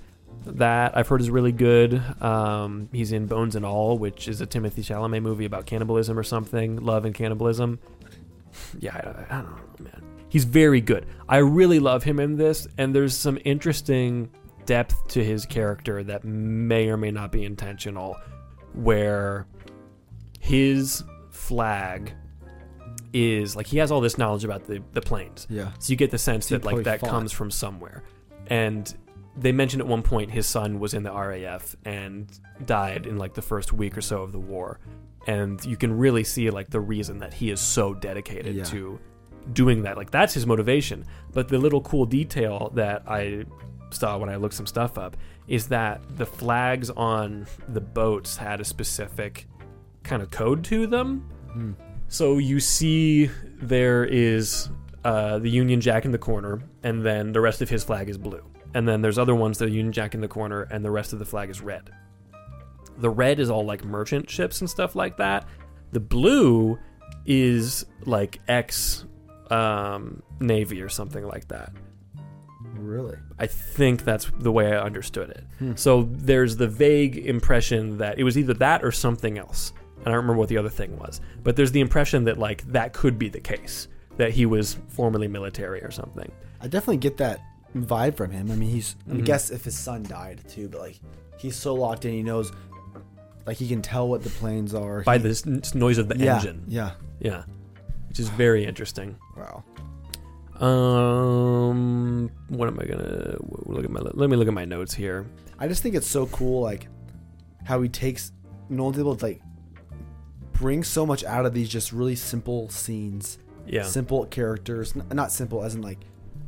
Speaker 4: that I've heard is really good. Um, he's in Bones and All, which is a Timothy Chalamet movie about cannibalism or something, love and cannibalism. Yeah, I, I don't know, man. He's very good. I really love him in this, and there's some interesting depth to his character that may or may not be intentional, where his flag is like he has all this knowledge about the, the planes.
Speaker 3: Yeah.
Speaker 4: So you get the sense
Speaker 3: So he
Speaker 4: that like
Speaker 3: probably
Speaker 4: that
Speaker 3: fought.
Speaker 4: comes from somewhere. And they mentioned at one point his son was in the RAF and died in like the first week or so of the war. And you can really see like the reason that he is so dedicated
Speaker 3: Yeah.
Speaker 4: to doing that. Like that's his motivation. But the little cool detail that I saw when I looked some stuff up is that the flags on the boats had a specific kind of code to them. So you see there is uh, the Union Jack in the corner, and then the rest of his flag is blue. And then there's other ones that are Union Jack in the corner, and the rest of the flag is red. The red is all like merchant ships and stuff like that. The blue is like ex um, Navy or something like that.
Speaker 3: Really?
Speaker 4: I think that's the way I understood it. So there's the vague impression that it was either that or something else. And I don't remember what the other thing was. But there's the impression that, like, that could be the case. That he was formerly military or something.
Speaker 3: I definitely get that vibe from him. I mean, he's. I guess if his son died too, but like he's so locked in, he knows, like he can tell what the planes are
Speaker 4: By
Speaker 3: He-
Speaker 4: this n- noise of the
Speaker 3: yeah,
Speaker 4: engine.
Speaker 3: Yeah.
Speaker 4: Yeah. Which is very interesting.
Speaker 3: Wow.
Speaker 4: Um, what am I gonna w- look at my? Let me look at my notes here.
Speaker 3: I just think it's so cool, like how he takes Nolan's able to like bring so much out of these just really simple scenes,
Speaker 4: Yeah,
Speaker 3: simple characters. N- not simple as in like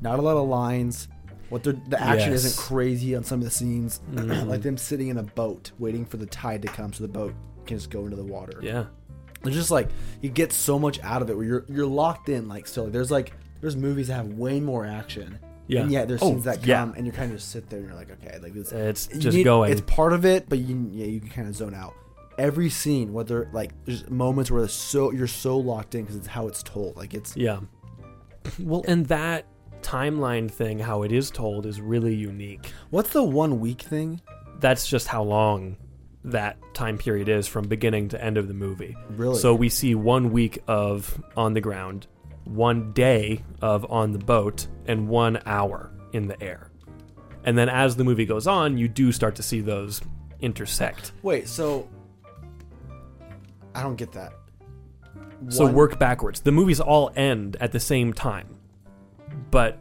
Speaker 3: not a lot of lines. What they're, the action
Speaker 4: Yes. Mm-hmm.
Speaker 3: isn't crazy on some of the scenes, like them sitting in a boat waiting for the tide to come so the boat can just go into the water.
Speaker 4: yeah,
Speaker 3: It's just like you get so much out of it where you're you're locked in. Like so, there's like there's movies that have way more action.
Speaker 4: Yeah.
Speaker 3: And yet there's
Speaker 4: Oh,
Speaker 3: scenes that come
Speaker 4: yeah.
Speaker 3: and you kind of just sit there and you're like, okay, like this.
Speaker 4: It's
Speaker 3: you
Speaker 4: just going.
Speaker 3: It's part of it, but you yeah you can kind of zone out. Every scene, whether like there's moments where it's so you're so locked in because it's how it's told. Like it's
Speaker 4: yeah. Well, and that timeline thing, how it is told, is really unique.
Speaker 3: what's the one week thing?
Speaker 4: that's just how long that time period is from beginning to end of the movie.
Speaker 3: Really?
Speaker 4: So we see one week of on the ground, one day of on the boat, and one hour in the air. And then as the movie goes on, you do start to see those intersect.
Speaker 3: Wait, so I don't get that.
Speaker 4: So
Speaker 3: One-
Speaker 4: work backwards. The movies all end at the same time, but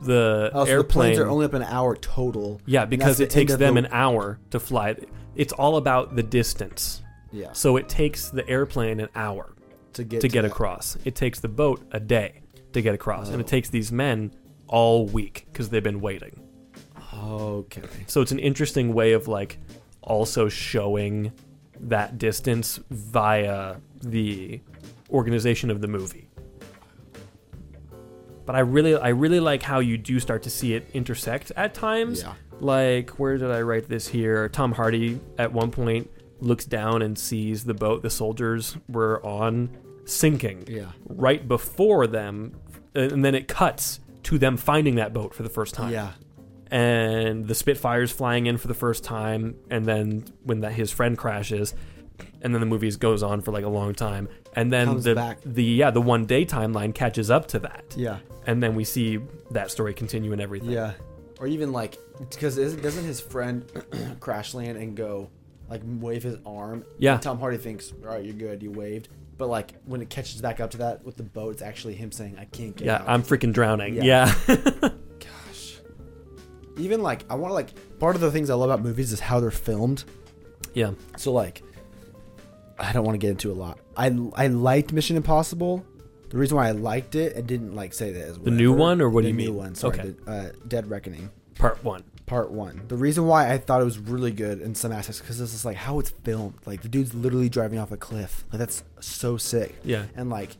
Speaker 4: the
Speaker 3: oh, so the
Speaker 4: airplane
Speaker 3: planes are only up an hour total.
Speaker 4: yeah
Speaker 3: and that's
Speaker 4: because
Speaker 3: the
Speaker 4: it takes
Speaker 3: end of
Speaker 4: them
Speaker 3: the-
Speaker 4: an hour to fly. It's all about the distance.
Speaker 3: yeah
Speaker 4: So it takes the airplane an hour
Speaker 3: to get
Speaker 4: to get
Speaker 3: that.
Speaker 4: across. It takes the boat a day to get across. And it takes these men all week because they've been waiting.
Speaker 3: Okay.
Speaker 4: So it's an interesting way of like also showing that distance via the organization of the movie. But I really I really like how you do start to see it intersect at times.
Speaker 3: Yeah.
Speaker 4: Like where did I write this here? Tom Hardy at one point looks down and sees the boat the soldiers were on sinking
Speaker 3: Yeah.
Speaker 4: right before them and then it cuts to them finding that boat for the first time
Speaker 3: Yeah.
Speaker 4: and the Spitfires flying in for the first time, and then when that his friend crashes, and then the movie goes on for like a long time, and then
Speaker 3: Comes
Speaker 4: the
Speaker 3: back.
Speaker 4: the yeah the one day timeline catches up to that,
Speaker 3: Yeah.
Speaker 4: and then we see that story continue and everything.
Speaker 3: Yeah. Or even like, because doesn't his friend crash land and go, like, wave his arm?
Speaker 4: Yeah.
Speaker 3: Tom Hardy thinks, all right, you're good, you waved. But like, when it catches back up to that with the boat, it's actually him saying, I can't get
Speaker 4: Yeah,
Speaker 3: out.
Speaker 4: I'm freaking drowning. Yeah,
Speaker 3: Yeah. Gosh. Even like, I want to like, part of the things I love about movies is how they're filmed.
Speaker 4: yeah,
Speaker 3: So like, I don't want to get into a lot. I I liked Mission Impossible. The reason why I liked it and didn't like say that is the
Speaker 4: new one, or what do you
Speaker 3: the new
Speaker 4: mean?
Speaker 3: one? Sorry,
Speaker 4: Okay.
Speaker 3: the, uh, Dead Reckoning
Speaker 4: Part one.
Speaker 3: Part One. The reason why I thought it was really good in some aspects because this is like how it's filmed. Like the dude's literally driving off a cliff. Like that's so sick.
Speaker 4: Yeah.
Speaker 3: and like.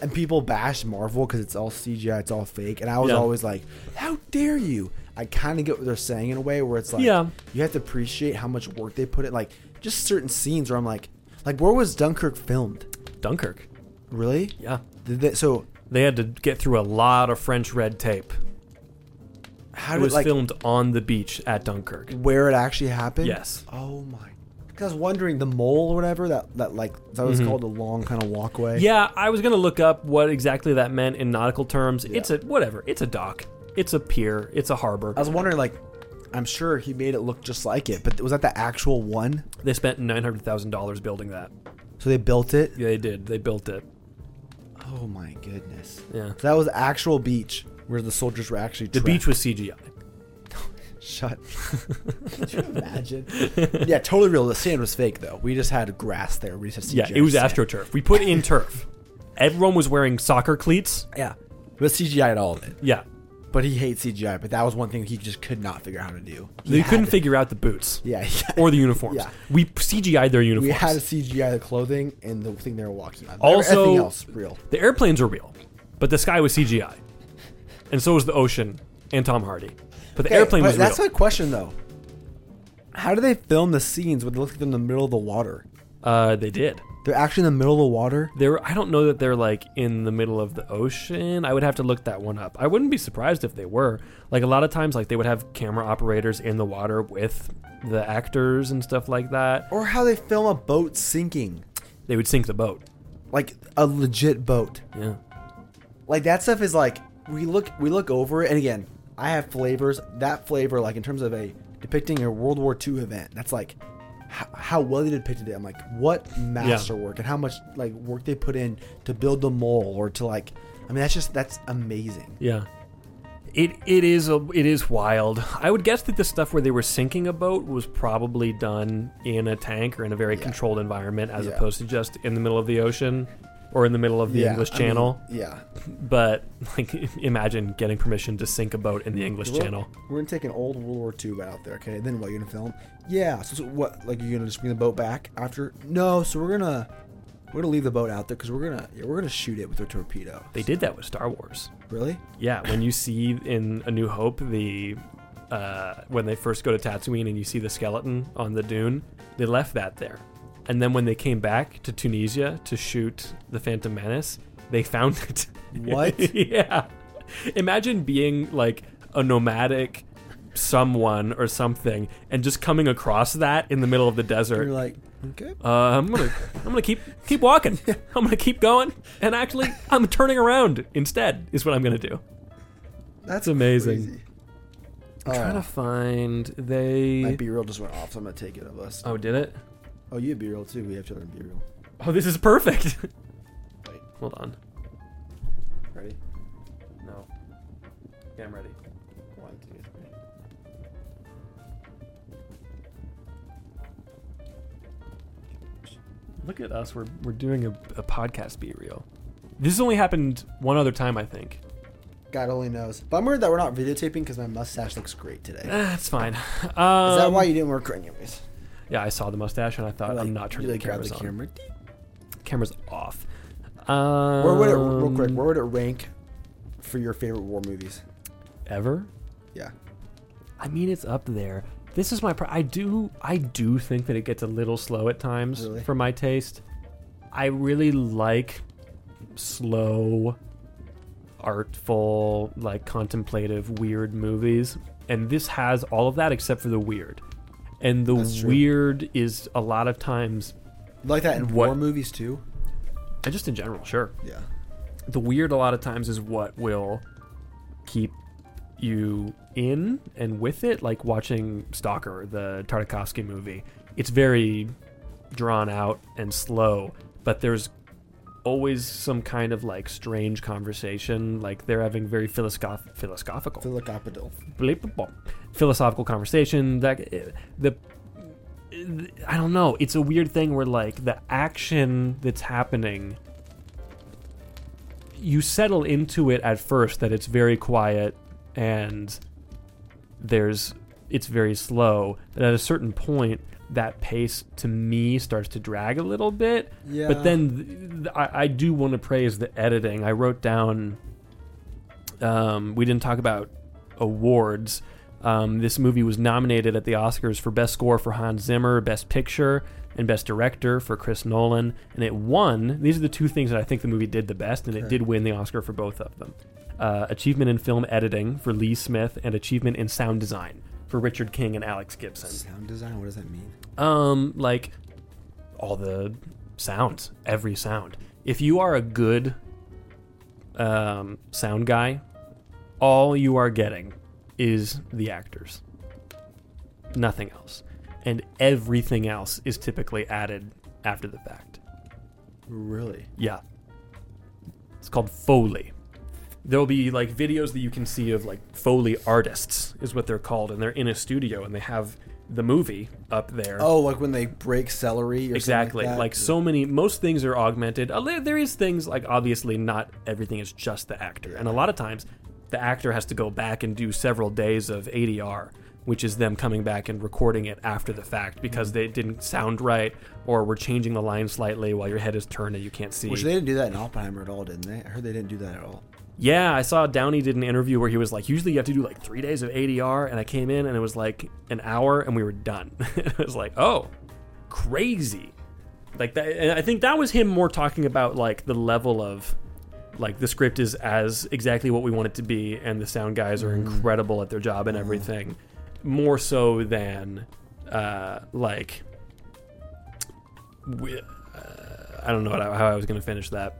Speaker 3: And people bash Marvel because it's all CGI, it's all fake. And I was
Speaker 4: Yeah.
Speaker 3: always like, "How dare you!" I kind of get what they're saying in a way where it's like,
Speaker 4: Yeah.
Speaker 3: you have to appreciate how much work they put in. Like just certain scenes where I'm like, like where was Dunkirk filmed?
Speaker 4: Dunkirk.
Speaker 3: Really?
Speaker 4: Yeah,
Speaker 3: Did they, so
Speaker 4: they had to get through a lot of French red tape.
Speaker 3: how
Speaker 4: It
Speaker 3: did
Speaker 4: was
Speaker 3: like
Speaker 4: filmed on the beach at Dunkirk.
Speaker 3: where it actually happened?
Speaker 4: Yes.
Speaker 3: Oh my 'Cause I was wondering the mole or whatever that that like is that was called the long kind of walkway.
Speaker 4: Mm-hmm. Yeah, I was gonna look up what exactly that meant in nautical terms. It's a whatever. It's a dock. It's a pier. It's a harbor.
Speaker 3: I was wondering like, I'm sure he made it look just like it, but was that the actual one?
Speaker 4: They spent nine hundred thousand dollars building that.
Speaker 3: So they built it.
Speaker 4: Yeah, they did. They built it.
Speaker 3: Oh my goodness.
Speaker 4: Yeah.
Speaker 3: So that was actual beach where the soldiers were actually.
Speaker 4: The beach was CGI.
Speaker 3: Shut. Could you imagine? yeah, totally real. The sand was fake though. We just had grass there. We just had
Speaker 4: Yeah,
Speaker 3: CGI
Speaker 4: it was
Speaker 3: sand.
Speaker 4: astroturf. We put in turf. Everyone was wearing soccer cleats.
Speaker 3: Yeah, it was CGI at all of it.
Speaker 4: Yeah,
Speaker 3: But he hates CGI. But that was one thing he just could not figure out how to do. He
Speaker 4: they
Speaker 3: had
Speaker 4: couldn't
Speaker 3: to-
Speaker 4: figure out the boots
Speaker 3: Yeah, yeah.
Speaker 4: or the uniforms.
Speaker 3: Yeah.
Speaker 4: We CGI'd their uniforms.
Speaker 3: We had to CGI the clothing and the thing they were walking on.
Speaker 4: Also-
Speaker 3: everything else real.
Speaker 4: the airplanes are real, but the sky was CGI, and so was the ocean and Tom Hardy. But the airplane
Speaker 3: but
Speaker 4: was
Speaker 3: That's
Speaker 4: real.
Speaker 3: my question though. How do they film the scenes when they look like they're in the middle of the water?
Speaker 4: uh, they did.
Speaker 3: They're actually in the middle of the water.
Speaker 4: They're, I don't know that they're like in the middle of the ocean. I would have to look that one up. I wouldn't be surprised if they were. Like a lot of times, like they would have camera operators in the water with the actors and stuff like that.
Speaker 3: Or how they film a boat sinking,
Speaker 4: They would sink the boat.
Speaker 3: like a legit boat.
Speaker 4: Yeah.
Speaker 3: Like that stuff is like we look we look over it, and again, I have flavors. That flavor, like in terms of a depicting a World War II event, that's like how, how well they depicted it. I'm like, what masterwork and how much like work they put in to build the mole or to like. I mean, that's just that's amazing.
Speaker 4: Yeah. It it is a, it is wild. I would guess that the stuff where they were sinking a boat was probably done in a tank or in a very controlled environment as
Speaker 3: Yeah.
Speaker 4: opposed to just in the middle of the ocean or in the middle of the
Speaker 3: Yeah,
Speaker 4: English
Speaker 3: I mean,
Speaker 4: Channel.
Speaker 3: yeah.
Speaker 4: but like imagine getting permission to sink a boat in the English
Speaker 3: We're-
Speaker 4: Channel.
Speaker 3: We're gonna take an old World War II boat out there, okay? Then what? You're gonna film? Yeah. So, so what? Like you're gonna just bring the boat back after? No. So we're gonna we're gonna leave the boat out there because we're gonna yeah, we're gonna shoot it with a torpedo.
Speaker 4: They did that with Star Wars.
Speaker 3: Really?
Speaker 4: Yeah, when you see in A New Hope the uh, when they first go to Tatooine and you see the skeleton on the dune, they left that there. And then when they came back to Tunisia to shoot the Phantom Menace, they found it.
Speaker 3: What?
Speaker 4: yeah. Imagine being like a nomadic someone or something and just coming across that in the middle of the desert.
Speaker 3: You're like okay.
Speaker 4: Uh, I'm gonna I'm gonna keep keep walking. I'm gonna keep going, and actually I'm turning around instead is what I'm gonna do.
Speaker 3: That's
Speaker 4: amazing.
Speaker 3: Crazy. Oh,
Speaker 4: I'm
Speaker 3: Uh,
Speaker 4: trying to find they.
Speaker 3: my B-roll just went off, so I'm gonna take it of us.
Speaker 4: oh, did it?
Speaker 3: Oh, you have B-roll too. We have each other in B-roll.
Speaker 4: Oh, this is perfect.
Speaker 3: Wait,
Speaker 4: Hold on.
Speaker 3: ready?
Speaker 4: No. Yeah, I'm ready.
Speaker 3: One, two, three.
Speaker 4: Look at us. We're we're doing a, a podcast be real. This has only happened one other time, I think.
Speaker 3: God only knows. Bummer that we're not videotaping because my mustache looks great today. Is
Speaker 4: That's fine. Um, is
Speaker 3: that why you didn't work anyways?
Speaker 4: Yeah, I saw the mustache and I thought
Speaker 3: Like,
Speaker 4: I'm not
Speaker 3: you,
Speaker 4: turning
Speaker 3: like,
Speaker 4: the
Speaker 3: grab
Speaker 4: cameras
Speaker 3: the
Speaker 4: on.
Speaker 3: camera.
Speaker 4: Cameras off. Um,
Speaker 3: Where would it real quick? Where would it rank for your favorite war movies?
Speaker 4: ever?
Speaker 3: Yeah,
Speaker 4: I mean, it's up there. This is my. Pro- I do. I do think that it gets a little slow at times
Speaker 3: Really?
Speaker 4: for my taste. I really like slow, artful, like contemplative, weird movies, and this has all of that except for the weird. And the
Speaker 3: That's true.
Speaker 4: weird is a lot of times,
Speaker 3: you like that in
Speaker 4: What-
Speaker 3: war movies too.
Speaker 4: and just in general, sure.
Speaker 3: Yeah,
Speaker 4: the weird a lot of times is what will keep you in and with it like watching stalker the tartakovsky movie it's very drawn out and slow but there's always some kind of like strange conversation like they're having very philosoph- philosophical
Speaker 3: Philip Capodil.
Speaker 4: Bleepable. philosophical conversation that eh, the I don't know. It's a weird thing where like the action that's happening you settle into it at first that it's very quiet and there's it's very slow, but at a certain point that pace to me starts to drag a little bit.
Speaker 3: Yeah.
Speaker 4: But then th- th- I, I do want to praise the editing. I wrote down um, we didn't talk about awards. Um, this movie was nominated at the Oscars for Best Score for Hans Zimmer, Best Picture, and Best Director for Chris Nolan, and it won. These are the two things that I think the movie did the best, and it did win the Oscar for both of them. Uh, achievement in Film Editing for Lee Smith, and Achievement in Sound Design for Richard King and Alex Gibson.
Speaker 3: Sound design. What does that mean?
Speaker 4: Um, like all the sounds, every sound. If you are a good um, sound guy, all you are getting is the actors, nothing else, and everything else is typically added after the fact.
Speaker 3: Really?
Speaker 4: Yeah. It's called Foley. There'll be like videos that you can see of like Foley artists is what they're called, and they're in a studio and they have the movie up there.
Speaker 3: Oh, like when they break celery or
Speaker 4: exactly.
Speaker 3: Something
Speaker 4: Like,
Speaker 3: like, that?
Speaker 4: so many, most things are augmented. Uh, there- There is things like obviously not everything is just the actor, and a lot of times the actor has to go back and do several days of ADR. Which is them coming back and recording it after the fact because
Speaker 3: Mm-hmm.
Speaker 4: they didn't sound right, or were changing the line slightly while your head is turned and you can't see.
Speaker 3: Which they didn't do that in Oppenheimer at all, didn't they? I heard they didn't do that at all.
Speaker 4: Yeah, I saw Downey did an interview where he was like, usually you have to do like three days of ADR, and I came in and it was like an hour and we were done. it was like, oh, crazy. Like that, and I think that was him more talking about like the level of like the script is as exactly what we want it to be, and the sound guys are incredible at their job and everything, more so than uh, like we, uh, I don't know what I, how I was going to finish that.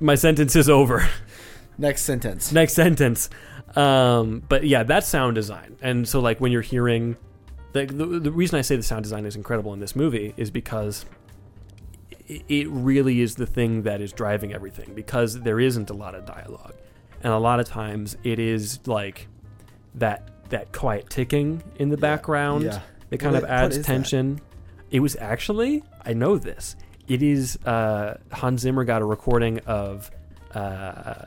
Speaker 4: My sentence is over.
Speaker 3: Next sentence.
Speaker 4: next sentence. Um, but yeah, that's sound design. And so like when you're hearing, like the, the reason I say the sound design is incredible in this movie is because i- it really is the thing that is driving everything because there isn't a lot of dialogue, and a lot of times it is like that that quiet ticking in the background
Speaker 3: yeah.
Speaker 4: that kind
Speaker 3: What
Speaker 4: of
Speaker 3: i- what
Speaker 4: adds
Speaker 3: is that?
Speaker 4: tension. It was actually I know this. It is uh, Hans Zimmer got a recording of uh,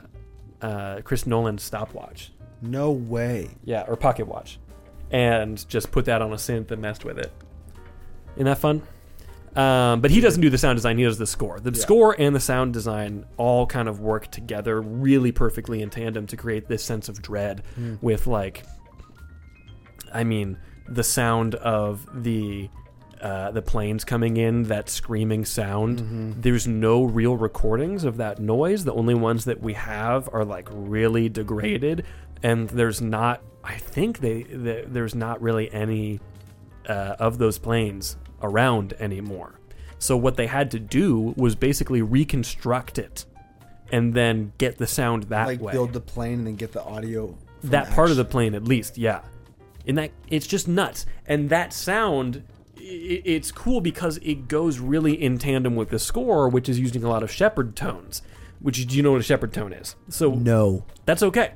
Speaker 4: uh, Chris Nolan's stopwatch.
Speaker 3: No way.
Speaker 4: Yeah, or pocket watch. And just put that on a synth and messed with it. Isn't that fun? Um, but he doesn't do the sound design, he does the score. The score and the sound design all kind of work together really perfectly in tandem to create this sense of dread with, like, I mean, the sound of the. Uh, the planes coming in, that screaming sound. There's no real recordings of that noise. The only ones that we have are like really degraded, and there's not. I think they, the- there's not really any uh, of those planes around anymore. So what they had to do was basically reconstruct it, and then get the sound that
Speaker 3: Like
Speaker 4: way
Speaker 3: build the plane and then get the audio. from
Speaker 4: that part of the
Speaker 3: action.
Speaker 4: plane at least yeah and that it's just nuts and that sound i- i it's cool because it goes really in tandem with the score which is using a lot of shepherd tones which do you know what a shepherd tone is so
Speaker 3: No.
Speaker 4: that's okay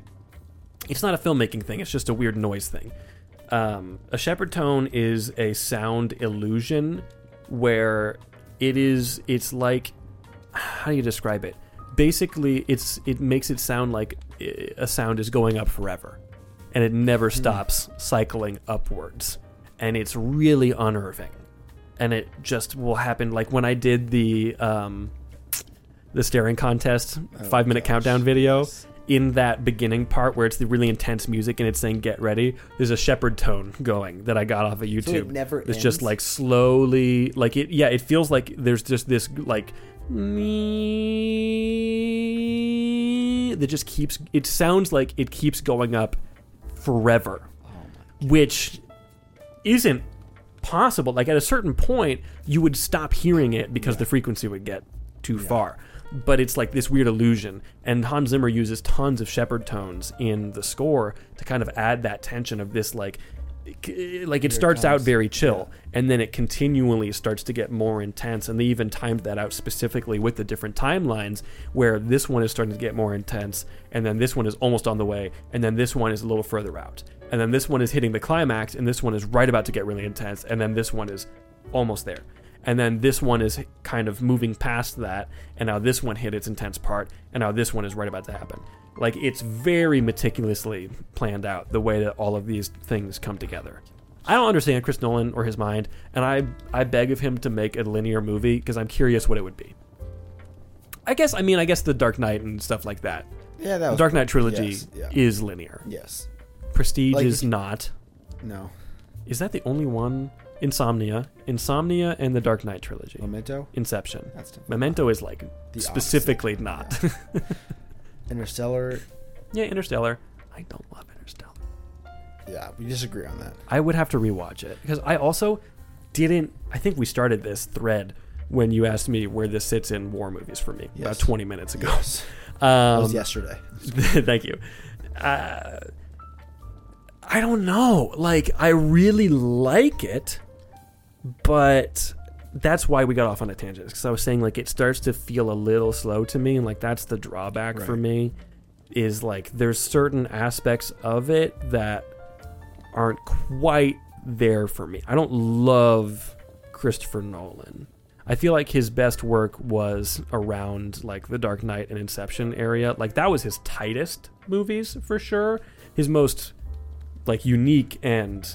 Speaker 4: it's not a filmmaking thing it's just a weird noise thing um, a shepherd tone is a sound illusion where it is it's like how do you describe it basically it's it makes it sound like i- a sound is going up forever and it never stops cycling upwards and it's really unnerving and it just will happen like when i did the um the staring contest
Speaker 3: Oh,
Speaker 4: five minute countdown video in that beginning part where it's the really intense music and it's saying get ready there's a shepherd tone going that i got off of youtube
Speaker 3: never
Speaker 4: it's just
Speaker 3: ends?
Speaker 4: like slowly like it yeah it feels like there's just this like that just keeps it sounds like it keeps going up forever
Speaker 3: Oh
Speaker 4: which isn't possible. Like at a certain point, you would stop hearing it because the frequency would get too far. But it's like this weird illusion. And Hans Zimmer uses tons of shepherd tones in the score to kind of add that tension of this like k- like it starts out very chill and then it continually starts to get more intense and they even timed that out specifically with the different timelines where this one is starting to get more intense and then this one is almost on the way and then this one is a little further out and then this one is hitting the climax, and this one is right about to get really intense, and then this one is almost there. And then this one is kind of moving past that, and now this one hit its intense part, and now this one is right about to happen. Like it's very meticulously planned out the way that all of these things come together. I don't understand Chris Nolan or his mind, and I I beg of him to make a linear movie because I'm curious what it would be. I guess I mean I guess the Dark Knight and stuff like that.
Speaker 3: Yeah, that
Speaker 4: The
Speaker 3: was
Speaker 4: Dark Knight trilogy
Speaker 3: Yes, yeah.
Speaker 4: is linear.
Speaker 3: Yes.
Speaker 4: Prestige
Speaker 3: Like-
Speaker 4: is not.
Speaker 3: No.
Speaker 4: Is that the only one? Insomnia, Insomnia, and the Dark Knight trilogy.
Speaker 3: Memento.
Speaker 4: Inception.
Speaker 3: That's different.
Speaker 4: Memento is like
Speaker 3: The
Speaker 4: specifically not. Yeah.
Speaker 3: Interstellar.
Speaker 4: Interstellar. I don't love Interstellar.
Speaker 3: yeah, we disagree on that.
Speaker 4: I would have to rewatch it because I also didn't. I think we started this thread when you asked me where this sits in war movies for me
Speaker 3: Yes.
Speaker 4: about 20 minutes ago.
Speaker 3: Yes. That
Speaker 4: Um,
Speaker 3: was yesterday.
Speaker 4: thank you. Uh, I don't know. Like, I really like it, but that's why we got off on a tangent. Because I was saying, like, it starts to feel a little slow to me, and like that's the drawback for
Speaker 3: Right.
Speaker 4: me. Is like there's certain aspects of it that aren't quite there for me. I don't love Christopher Nolan. I feel like his best work was around like the Dark Knight and Inception area. Like that was his tightest movies for sure. His most like unique and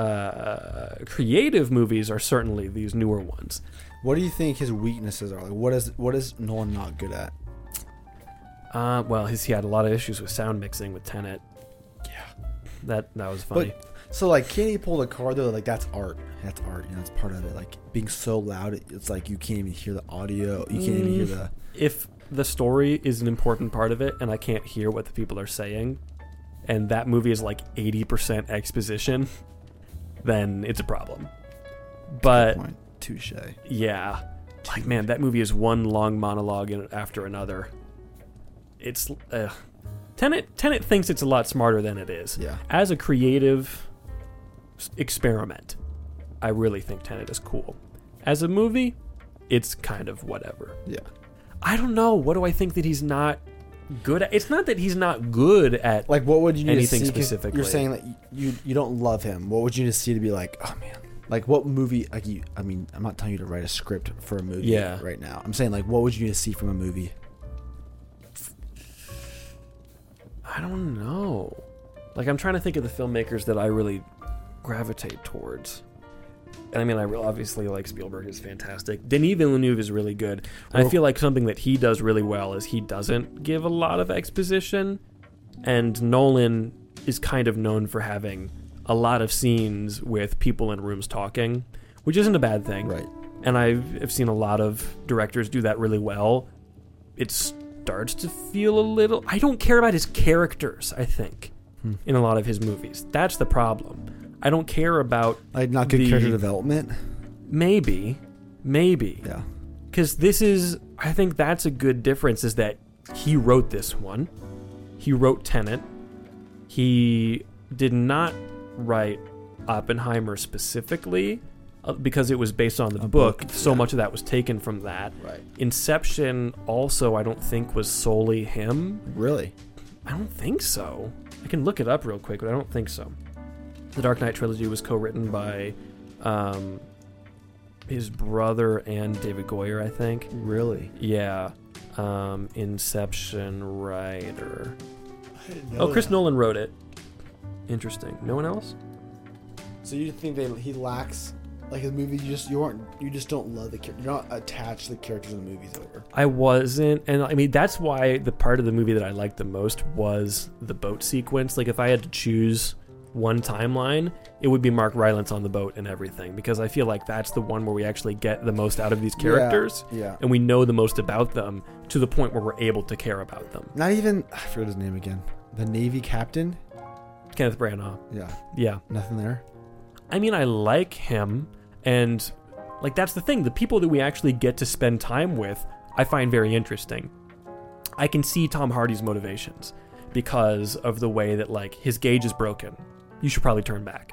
Speaker 4: uh, creative movies are certainly these newer ones.
Speaker 3: What do you think his weaknesses are? Like, what is what is Nolan not good at?
Speaker 4: Uh, well, his, he had a lot of issues with sound mixing with Tenet.
Speaker 3: Yeah.
Speaker 4: That that was funny.
Speaker 3: But so like, can he pull the car though? Like that's art. That's art. You know, it's part of it. Like being so loud, it- it's like you can't even hear the audio. You can't
Speaker 4: Mm.
Speaker 3: even hear the.
Speaker 4: if the story is an important part of it and I can't hear what the people are saying, and that movie is like 80% exposition, then it's a problem. But
Speaker 3: point. Touche.
Speaker 4: yeah, like man, that movie is one long monologue in, after another. It's uh, Tenet. Tenet thinks it's a lot smarter than it is.
Speaker 3: Yeah.
Speaker 4: As a creative s- experiment, I really think Tenet is cool. As a movie, it's kind of whatever.
Speaker 3: Yeah.
Speaker 4: I don't know. What do I think that he's not good at? It's not that he's not good at.
Speaker 3: Like, what would you need
Speaker 4: Anything
Speaker 3: to see? 'Cause
Speaker 4: specifically.
Speaker 3: You're saying that you you don't love him. What would you need to see to be like, oh man? Like, what movie? Like, you. I mean, I'm not telling you to write a script for a movie.
Speaker 4: Yeah.
Speaker 3: Right now, I'm saying like, what would you need to see from a movie?
Speaker 4: I don't know. Like I'm trying to think of the filmmakers that I really gravitate towards. And I mean, I re- obviously like Spielberg is fantastic. Denis Villeneuve is really good. And I
Speaker 3: Well-
Speaker 4: feel like something that he does really well is he doesn't give a lot of exposition. And Nolan is kind of known for having a lot of scenes with people in rooms talking, which isn't a bad thing.
Speaker 3: Right.
Speaker 4: and I've, I've seen a lot of directors do that really well. It starts to feel a little. I don't care about his characters. I think
Speaker 3: Hmm.
Speaker 4: in a lot of his movies, that's the problem. I don't care about
Speaker 3: Like, not good
Speaker 4: The-
Speaker 3: character development.
Speaker 4: maybe, maybe
Speaker 3: Yeah.
Speaker 4: because this is. I think that's a good difference is that he wrote this one. He wrote Tenet. He did not write Oppenheimer specifically uh, because it was based on the
Speaker 3: A
Speaker 4: book.
Speaker 3: book,
Speaker 4: So
Speaker 3: yeah.
Speaker 4: much of that was taken from that.
Speaker 3: Right.
Speaker 4: Inception also I don't think was solely him.
Speaker 3: Really.
Speaker 4: I don't think so. I can look it up real quick, but I don't think so. The Dark Knight trilogy was co-written by um, his brother and David Goyer, I think.
Speaker 3: Really.
Speaker 4: Yeah. Um, Inception writer. Oh, Chris Nolan wrote it. Interesting. No one else?
Speaker 3: So you think they he lacks like the movie? You just you aren't you just don't love the character. You're not attached to the characters in the movies over.
Speaker 4: I wasn't, and I mean that's why the part of the movie that I liked the most was the boat sequence. Like if I had to choose one timeline, it would be Mark Rylance on the boat and everything, because I feel like that's the one where we actually get the most out of these characters,
Speaker 3: Yeah.
Speaker 4: and we know the most about them to the point where we're able to care about them.
Speaker 3: Not even I forgot his name again. The Navy captain.
Speaker 4: Kenneth Branagh,
Speaker 3: Yeah.
Speaker 4: yeah.
Speaker 3: Nothing there.
Speaker 4: I mean, I like him, and like that's the thing. The people that we actually get to spend time with, I find very interesting. I can see Tom Hardy's motivations because of the way that like his gauge is broken. You should probably turn back.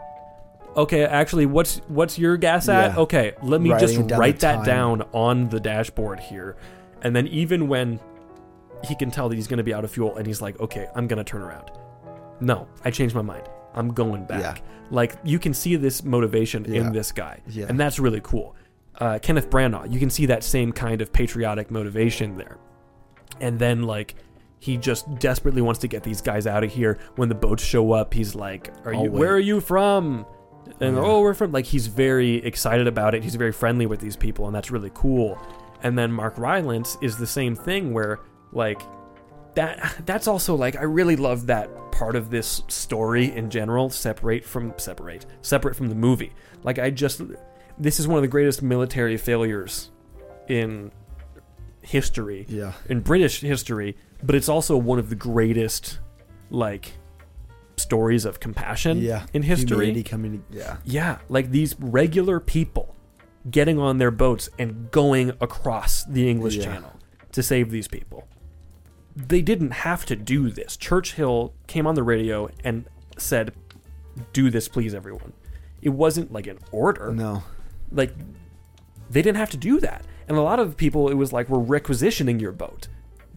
Speaker 4: Okay, actually, what's what's your gas at?
Speaker 3: Yeah.
Speaker 4: Okay, let me
Speaker 3: Writing
Speaker 4: just
Speaker 3: down
Speaker 4: write
Speaker 3: the
Speaker 4: that
Speaker 3: time.
Speaker 4: down on the dashboard here, and then even when he can tell that he's going to be out of fuel, and he's like, okay, I'm going to turn around. No, I changed my mind. I'm going back.
Speaker 3: Yeah.
Speaker 4: Like you can see this motivation
Speaker 3: Yeah.
Speaker 4: in this guy,
Speaker 3: Yeah.
Speaker 4: and that's really cool. Uh, Kenneth Branagh, you can see that same kind of patriotic motivation there, and then like he just desperately wants to get these guys out of here. When the boats show up, he's like, "Are
Speaker 3: I'll
Speaker 4: you?
Speaker 3: wait.
Speaker 4: Where are you from?" And
Speaker 3: Yeah.
Speaker 4: oh, we're from like he's very excited about it. He's very friendly with these people, and that's really cool. And then Mark Rylance is the same thing where like that that's also like I really love that part of this story in general separate from separate separate from the movie. Like I just this is one of the greatest military failures in history
Speaker 3: Yeah.
Speaker 4: in British history, but it's also one of the greatest like stories of compassion
Speaker 3: yeah.
Speaker 4: in history.
Speaker 3: Humanity coming. to- yeah.
Speaker 4: Yeah, like these regular people getting on their boats and going across the English
Speaker 3: Yeah.
Speaker 4: Channel to save these people. They didn't have to do this. Churchill came on the radio and said, "Do this, please, everyone." It wasn't like an order.
Speaker 3: No.
Speaker 4: Like they didn't have to do that. And a lot of people, it was like we're requisitioning your boat,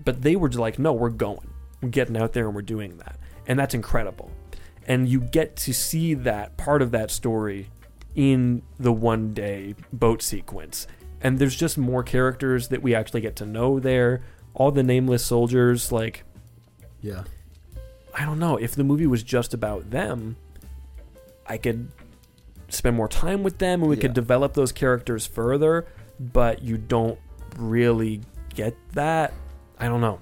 Speaker 4: but they were just like, "No, we're going. We're getting out there and we're doing that." And that's incredible. And you get to see that part of that story in the one day boat sequence. And there's just more characters that we actually get to know there. All the nameless soldiers, like
Speaker 3: Yeah.
Speaker 4: I don't know if the movie was just about them, I could spend more time with them and we could
Speaker 3: Yeah.
Speaker 4: develop those characters further, but you don't really get that. I don't know.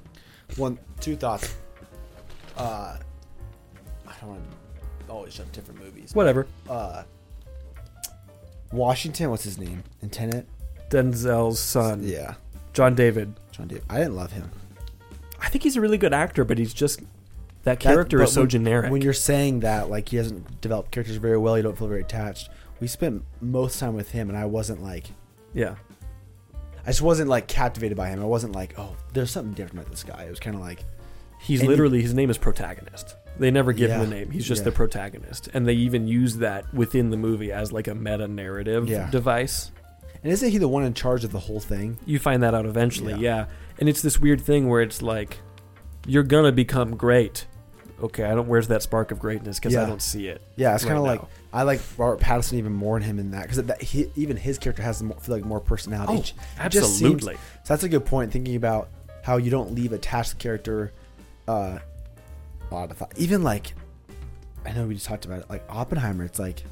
Speaker 3: One, two thoughts. Uh, I don't want to always jump different movies.
Speaker 4: Whatever.
Speaker 3: Uh, Washington. What's his name? In Tenet.
Speaker 4: Denzel's son,
Speaker 3: Yeah.
Speaker 4: John David.
Speaker 3: John David. I didn't love him.
Speaker 4: I think he's a really good actor, but he's just that
Speaker 3: That-
Speaker 4: character
Speaker 3: but
Speaker 4: is so
Speaker 3: when-
Speaker 4: generic.
Speaker 3: When you're saying that, like he hasn't developed characters very well, you don't feel very attached. We spent most time with him, and I wasn't like,
Speaker 4: yeah.
Speaker 3: I just wasn't like captivated by him. I wasn't like, oh, there's something different about this guy. It was kind of like,
Speaker 4: He's
Speaker 3: And-
Speaker 4: literally his name is protagonist. They never give him
Speaker 3: Yeah,
Speaker 4: a name. He's just
Speaker 3: yeah.
Speaker 4: the protagonist, and they even use that within the movie as like a meta narrative
Speaker 3: Yeah.
Speaker 4: device.
Speaker 3: and isn't he the one in charge of the whole thing?
Speaker 4: you find that out eventually yeah.
Speaker 3: Yeah.
Speaker 4: and it's this weird thing where it's like you're gonna become great okay i don't where's that spark of greatness because i
Speaker 3: Yeah.
Speaker 4: don't see it
Speaker 3: Yeah, it's
Speaker 4: right
Speaker 3: kind of like
Speaker 4: now.
Speaker 3: I like Robert Pattinson even more in him in that because that he, even his character has more, feel like more personality.
Speaker 4: Oh,
Speaker 3: It just seems-
Speaker 4: absolutely
Speaker 3: so that's a good point. Thinking about how you don't leave attached to character. Uh, a lot of thought. Even like, I know we just talked about it. Like Oppenheimer, it's like,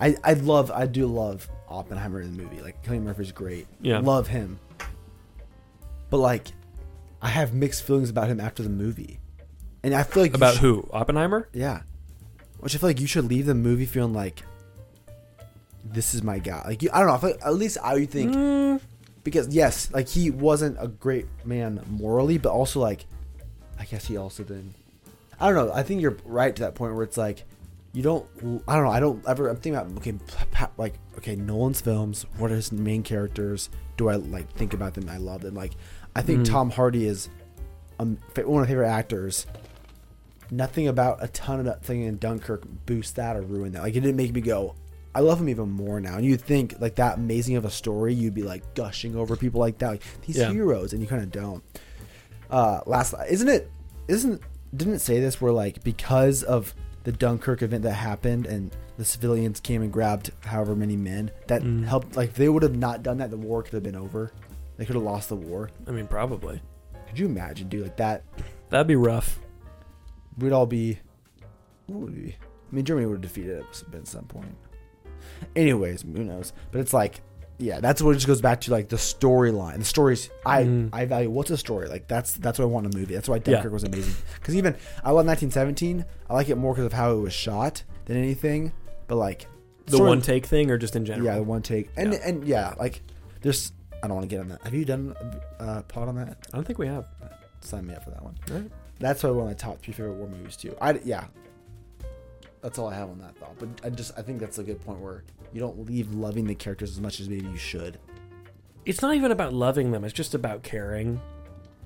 Speaker 3: I I love I do love Oppenheimer in the movie. Like Killian Murphy's great.
Speaker 4: Yeah.
Speaker 3: love him. But like, I have mixed feelings about him after the movie, and I feel like you
Speaker 4: about
Speaker 3: should-
Speaker 4: who oppenheimer
Speaker 3: yeah. Which I feel like you should leave the movie feeling like this is my guy. Like you, I don't know. I feel like, at least I would think because yes, like he wasn't a great man morally, but also like I guess he also didn't. I don't know. I think you're right to that point where it's like you don't. I don't know. I don't ever. I'm thinking about okay, pa- like okay, Nolan's films. What are his main characters? Do I like think about them? I love them. Like I think Tom Hardy is um, fa- one of my favorite actors. Nothing about a ton of that thing in Dunkirk boost that or ruin that. Like it didn't make me go, I love him even more now. And you'd think like that amazing of a story, you'd be like gushing over people like that, like these
Speaker 4: Yeah.
Speaker 3: heroes, and you kind of don't. Uh, last, isn't it? Isn't didn't it say this where like because of the Dunkirk event that happened and the civilians came and grabbed however many men that helped. Like if they would have not done that, the war could have been over. They could have lost the war.
Speaker 4: i mean probably
Speaker 3: Could you imagine, dude? Like that
Speaker 4: that'd be rough
Speaker 3: we'd all be. What would we be? I mean, Germany would have defeated us at some point. Anyways, who knows? But it's like, yeah, that's what it just goes back to, like the storyline. The stories I
Speaker 4: Mm-hmm.
Speaker 3: I value. What's a story? Like that's that's what I want in a movie. That's why Dunkirk was amazing. Because even I love 1917. I like it more because of how it was shot than anything. But like
Speaker 4: the
Speaker 3: story-
Speaker 4: one take thing or just in general
Speaker 3: yeah, the one take, and
Speaker 4: Yeah.
Speaker 3: and yeah, like there's. I don't want to get on that. Have you done a uh, pod on that?
Speaker 4: i don't think we have
Speaker 3: Sign me up for that one.
Speaker 4: right?
Speaker 3: That's probably one of my top three favorite war movies too. I yeah. That's all I have on that thought. But I just I think that's a good point where you don't leave loving the characters as much as maybe you should.
Speaker 4: it's not even about loving them it's just about caring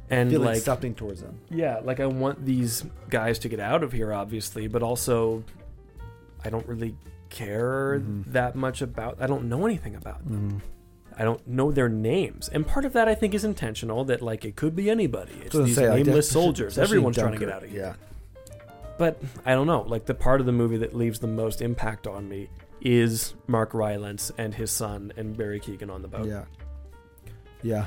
Speaker 4: and
Speaker 3: Feeling
Speaker 4: like
Speaker 3: something towards them.
Speaker 4: yeah like i want these guys to get out of here obviously but also i don't really care
Speaker 3: Mm-hmm.
Speaker 4: that much about i don't know anything about them i don't know their names and part of that i think is intentional that like it could be anybody it's
Speaker 3: I was
Speaker 4: these
Speaker 3: gonna say, like,
Speaker 4: nameless
Speaker 3: especially-
Speaker 4: soldiers
Speaker 3: especially
Speaker 4: everyone's trying to get out
Speaker 3: Dunkirk.
Speaker 4: of here but i don't know like the part of the movie that leaves the most impact on me is mark rylance and his son and barry keegan on the boat
Speaker 3: Yeah. Yeah.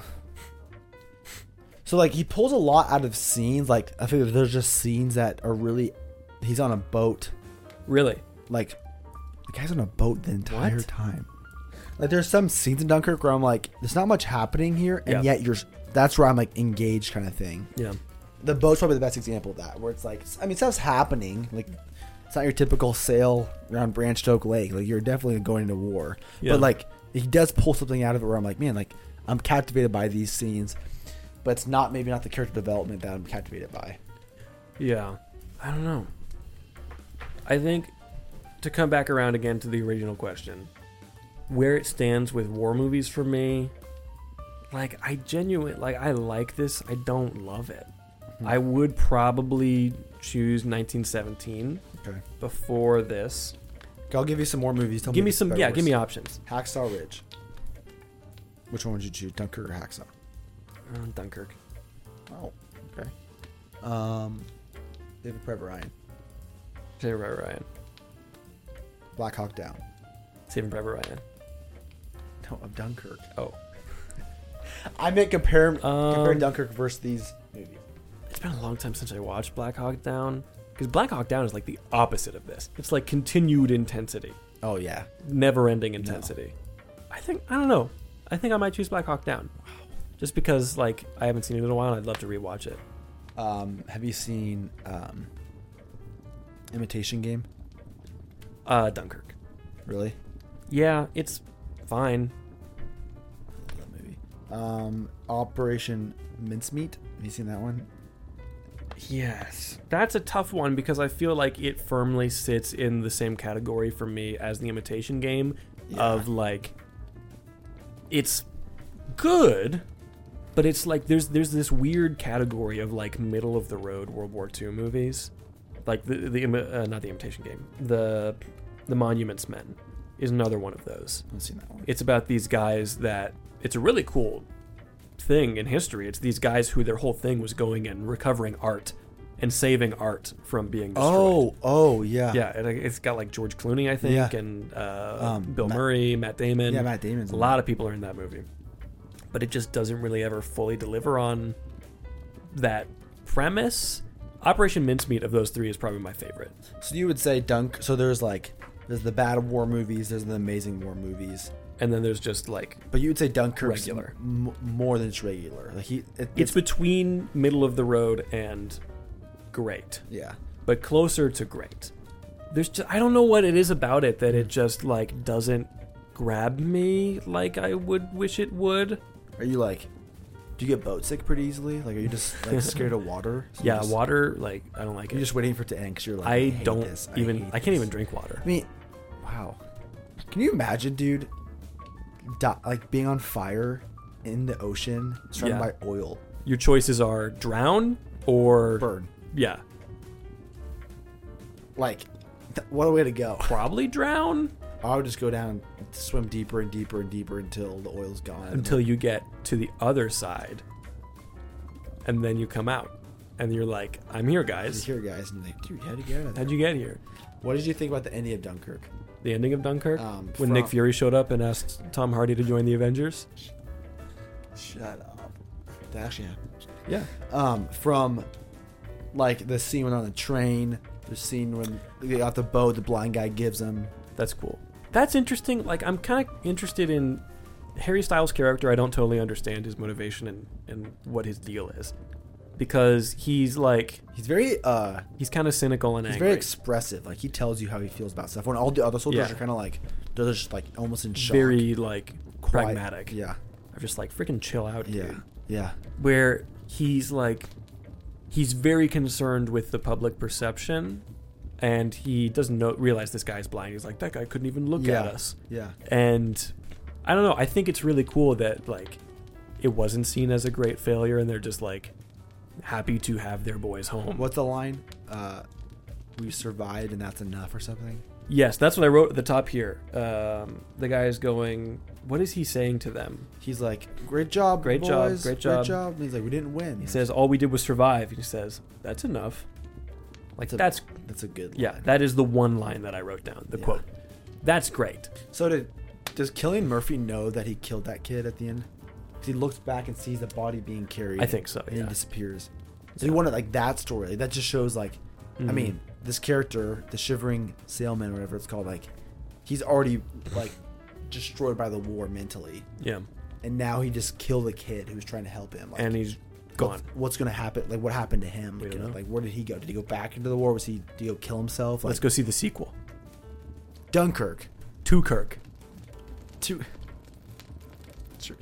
Speaker 3: So like he pulls a lot out of scenes. Like I feel like there's just scenes that are really he's on a boat.
Speaker 4: really
Speaker 3: Like the guy's on a boat the entire
Speaker 4: What?
Speaker 3: time. Like there's some scenes in Dunkirk where I'm like, there's not much happening here, and
Speaker 4: Yeah.
Speaker 3: yet you're that's where I'm like engaged kind of thing.
Speaker 4: yeah
Speaker 3: the boat's probably the best example of that, where it's like, I mean, stuff's happening. Like, it's not your typical sail around Branch Oak Lake. Like, you're definitely going into war.
Speaker 4: Yeah.
Speaker 3: But, like, he does pull something out of it where I'm like, man, like, I'm captivated by these scenes, but it's not maybe not the character development that I'm captivated by.
Speaker 4: yeah i don't know I think to come back around again to the original question, where it stands with war movies for me, like I genuine like I like this, I don't love it. I would probably choose 1917
Speaker 3: Okay.
Speaker 4: before this.
Speaker 3: Okay, I'll give you some more movies. Tell
Speaker 4: give me
Speaker 3: if
Speaker 4: some
Speaker 3: they're
Speaker 4: yeah,
Speaker 3: worse.
Speaker 4: give me options.
Speaker 3: Hacksaw Ridge. Which one would you choose, Dunkirk or Hacksaw?
Speaker 4: Uh, Dunkirk.
Speaker 3: Oh, okay. Um, David Private Ryan,
Speaker 4: Saving Private Ryan.
Speaker 3: Black Hawk Down.
Speaker 4: Saving Private Ryan.
Speaker 3: No, of Dunkirk.
Speaker 4: Oh.
Speaker 3: I meant compare compare
Speaker 4: Um,
Speaker 3: Dunkirk versus these movies.
Speaker 4: It's been a long time since I watched Black Hawk Down. Because Black Hawk Down is like the opposite of this. It's like continued intensity.
Speaker 3: Oh yeah.
Speaker 4: never ending intensity. I think I don't know. I think I might choose Black Hawk Down. Just because like I haven't seen it in a while and I'd love to rewatch it.
Speaker 3: Um, have you seen um, Imitation Game?
Speaker 4: Uh Dunkirk.
Speaker 3: Really?
Speaker 4: Yeah, it's fine.
Speaker 3: That movie. Um, Operation Mincemeat. Have you seen that one?
Speaker 4: Yes. That's a tough one because I feel like it firmly sits in the same category for me as the imitation game of like it's good, but it's like there's there's this weird category of like middle of the road World War II movies. Like the the Imi- uh, not the imitation game. The the Monuments Men is another one of those.
Speaker 3: I've seen that one.
Speaker 4: It's about these guys that it's a really cool thing in history. It's these guys who their whole thing was going and recovering art and saving art from being destroyed.
Speaker 3: oh, oh yeah.
Speaker 4: yeah, and it- it's got like George Clooney, I think,
Speaker 3: Yeah.
Speaker 4: and uh,
Speaker 3: Um,
Speaker 4: Bill
Speaker 3: Matt-
Speaker 4: Murray, Matt Damon.
Speaker 3: Yeah, Matt Damon's
Speaker 4: A
Speaker 3: in
Speaker 4: lot of people are in that movie, but it just doesn't really ever fully deliver on that premise. Operation Mincemeat of those three is probably my favorite.
Speaker 3: So you would say Dunk. So there's like there's the bad war movies. There's the amazing war movies.
Speaker 4: And then there's just like
Speaker 3: But you would say Dunkirk's
Speaker 4: Regular.
Speaker 3: m- more than just regular. Like he, it,
Speaker 4: it's between middle of the road and great.
Speaker 3: yeah.
Speaker 4: but closer to great. There's just I don't know what it is about it that it just like doesn't grab me like I would wish it would.
Speaker 3: Are you like, do you get boat sick pretty easily? Like are you just like scared of water? So you
Speaker 4: Yeah,
Speaker 3: just-
Speaker 4: water like I don't like
Speaker 3: You're
Speaker 4: it.
Speaker 3: just waiting for it to end because you're like, I,
Speaker 4: I
Speaker 3: hate
Speaker 4: don't
Speaker 3: this.
Speaker 4: even I,
Speaker 3: hate
Speaker 4: can't
Speaker 3: this."
Speaker 4: even drink water.
Speaker 3: I mean, wow. Can you imagine, dude? Di- like being on fire in the ocean, surrounded
Speaker 4: Yeah.
Speaker 3: by oil,
Speaker 4: Your choices are drown or
Speaker 3: burn.
Speaker 4: yeah,
Speaker 3: Like, th- what a way to go.
Speaker 4: probably drown
Speaker 3: I would just go down, and swim deeper and deeper and deeper until the oil's gone.
Speaker 4: until you get to the other side. And then you come out and you're like, "I'm here,
Speaker 3: Just
Speaker 4: guys.
Speaker 3: here, guys, and you're like, dude, how'd you get out of there?
Speaker 4: How'd you get here?"
Speaker 3: What did you think about the ending of Dunkirk?
Speaker 4: The ending of Dunkirk
Speaker 3: Um,
Speaker 4: when Nick
Speaker 3: from-
Speaker 4: Fury showed up and asked Tom Hardy to join the Avengers.
Speaker 3: Shut up. That actually happened.
Speaker 4: Yeah.
Speaker 3: Um, from like the scene when on the train, the scene when they got the boat, the blind guy gives him.
Speaker 4: That's cool. That's interesting. Like I'm kind of interested in Harry Styles' character. I don't totally understand his motivation and and what his deal is, because he's like
Speaker 3: He's very uh,
Speaker 4: he's kind of cynical and
Speaker 3: he's
Speaker 4: angry.
Speaker 3: very expressive. Like he tells you how he feels about stuff. When all the other soldiers
Speaker 4: Yeah.
Speaker 3: are kind of like they're just like almost in shock.
Speaker 4: Very, like
Speaker 3: Quiet.
Speaker 4: pragmatic.
Speaker 3: Yeah,
Speaker 4: I'm just like freaking chill out,
Speaker 3: yeah,
Speaker 4: dude.
Speaker 3: yeah.
Speaker 4: Where he's like he's very concerned with the public perception, and he doesn't know, realize this guy's blind. He's like that guy couldn't even look
Speaker 3: yeah.
Speaker 4: at us.
Speaker 3: Yeah.
Speaker 4: and I don't know. I think it's really cool that like it wasn't seen as a great failure, and they're just like happy to have their boys home.
Speaker 3: What's the line? Uh, we survived and that's enough or something.
Speaker 4: Yes, that's what I wrote at the top here. Um, the guy is going. What is he saying to them?
Speaker 3: He's like, great job,
Speaker 4: Great
Speaker 3: boys.
Speaker 4: job, great job."
Speaker 3: And he's like, we didn't win.
Speaker 4: He says, "All we did was survive." He says, "That's enough." Like
Speaker 3: a-
Speaker 4: that's
Speaker 3: that's a good line.
Speaker 4: yeah. That is the one line that I wrote down. The
Speaker 3: Yeah.
Speaker 4: quote. That's great.
Speaker 3: So did does Killian Murphy know that he killed that kid at the end? 'Cause he looks back and sees the body being carried.
Speaker 4: I think so,
Speaker 3: And
Speaker 4: yeah.
Speaker 3: he disappears. So you wanted like that story. Like, that just shows like,
Speaker 4: Mm-hmm.
Speaker 3: I mean, this character, the Shivering Sailman, or whatever it's called, like, he's already like destroyed by the war mentally,
Speaker 4: Yeah,
Speaker 3: and now he just killed a kid who was trying to help him. Like,
Speaker 4: and he's
Speaker 3: what's-
Speaker 4: gone.
Speaker 3: What's gonna happen? Like, what happened to him?
Speaker 4: We don't
Speaker 3: Like,
Speaker 4: know.
Speaker 3: where did he go? Did he go back into the war? Was he? Did he go kill himself? Like,
Speaker 4: Let's go see the sequel.
Speaker 3: Dunkirk.
Speaker 4: To Kirk.
Speaker 3: To.